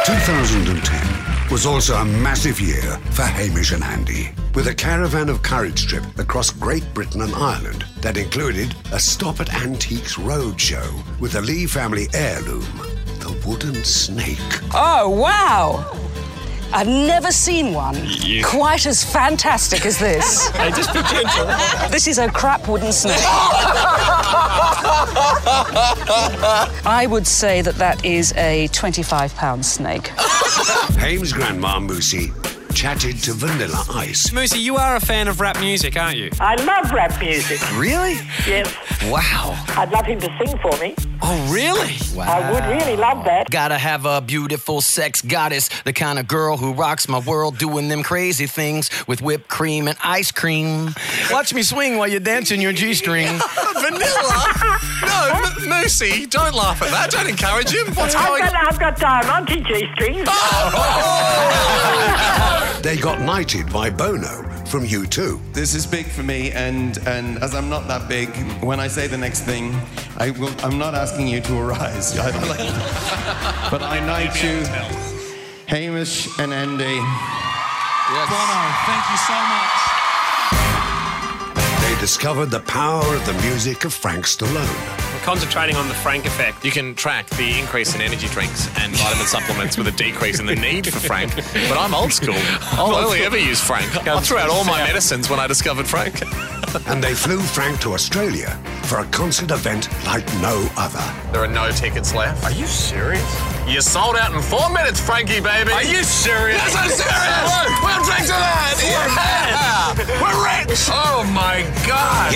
[SPEAKER 2] 2010 was also a massive year for Hamish and Andy, with a caravan of courage trip across Great Britain and Ireland that included a stop at Antiques Roadshow with the Lee family heirloom, the wooden snake.
[SPEAKER 11] Oh, wow! I've never seen one quite as fantastic as this.
[SPEAKER 7] just be gentle.
[SPEAKER 11] this is a crap wooden snake. [LAUGHS] I would say that that is a 25 pound snake.
[SPEAKER 2] Hame's grandma Moosey chatted to Vanilla Ice.
[SPEAKER 7] Moosey, you are a fan of rap music, aren't you?
[SPEAKER 12] I love rap music.
[SPEAKER 2] Really?
[SPEAKER 12] Yes,
[SPEAKER 10] Wow.
[SPEAKER 12] I'd love him to sing for me.
[SPEAKER 7] Oh, really?
[SPEAKER 12] I would really love that.
[SPEAKER 10] Gotta have a beautiful sex goddess, the kind of girl who rocks my world doing them crazy things with whipped cream and ice cream. Watch me swing while you're dancing your G string.
[SPEAKER 7] Vanilla? No, M- Moosey, don't laugh at that. Don't encourage him. What's
[SPEAKER 12] I've
[SPEAKER 7] going
[SPEAKER 12] got, I've got diamante G strings.
[SPEAKER 2] [LAUGHS] They got knighted by Bono from U2.
[SPEAKER 13] [LAUGHS] This is big for me, and, and as I'm not that big, when I say the next thing, I will, I'm not asking you to arise. [LAUGHS] I- like- but I knight you, Hamish and Andy.
[SPEAKER 7] thank you so much.
[SPEAKER 2] They discovered the power of the music of Frank Stallone.
[SPEAKER 1] We're concentrating on the Frank effect.
[SPEAKER 14] You can track the increase in energy drinks and vitamin supplements with a decrease in the need for Frank. But I'm old school. I'll only ever use Frank. I threw out
[SPEAKER 1] [LAUGHS]
[SPEAKER 14] all my medicines when I discovered Frank.
[SPEAKER 2] and they flew Frank to Australia for a concert event like no other.
[SPEAKER 14] There are no tickets left. Are you serious? You sold out in four minutes, Frankie, baby. Are you serious? Yes, I'm serious. we'll drink to that. We're yeah. We're rich. Oh my God.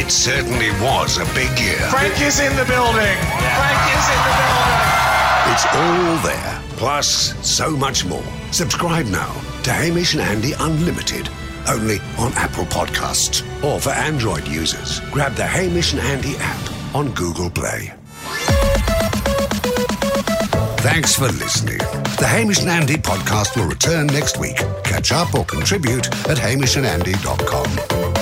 [SPEAKER 2] It certainly was a big year.
[SPEAKER 14] Frank is in the building. Frank is in the building.
[SPEAKER 2] It's all there, plus so much more. Subscribe now to Hamish and Andy Unlimited, only on Apple Podcasts or for Android users. Grab the Hamish and Andy app on Google Play. Thanks for listening. The Hamish and Andy podcast will return next week. Catch up or contribute at hamishandandy.com.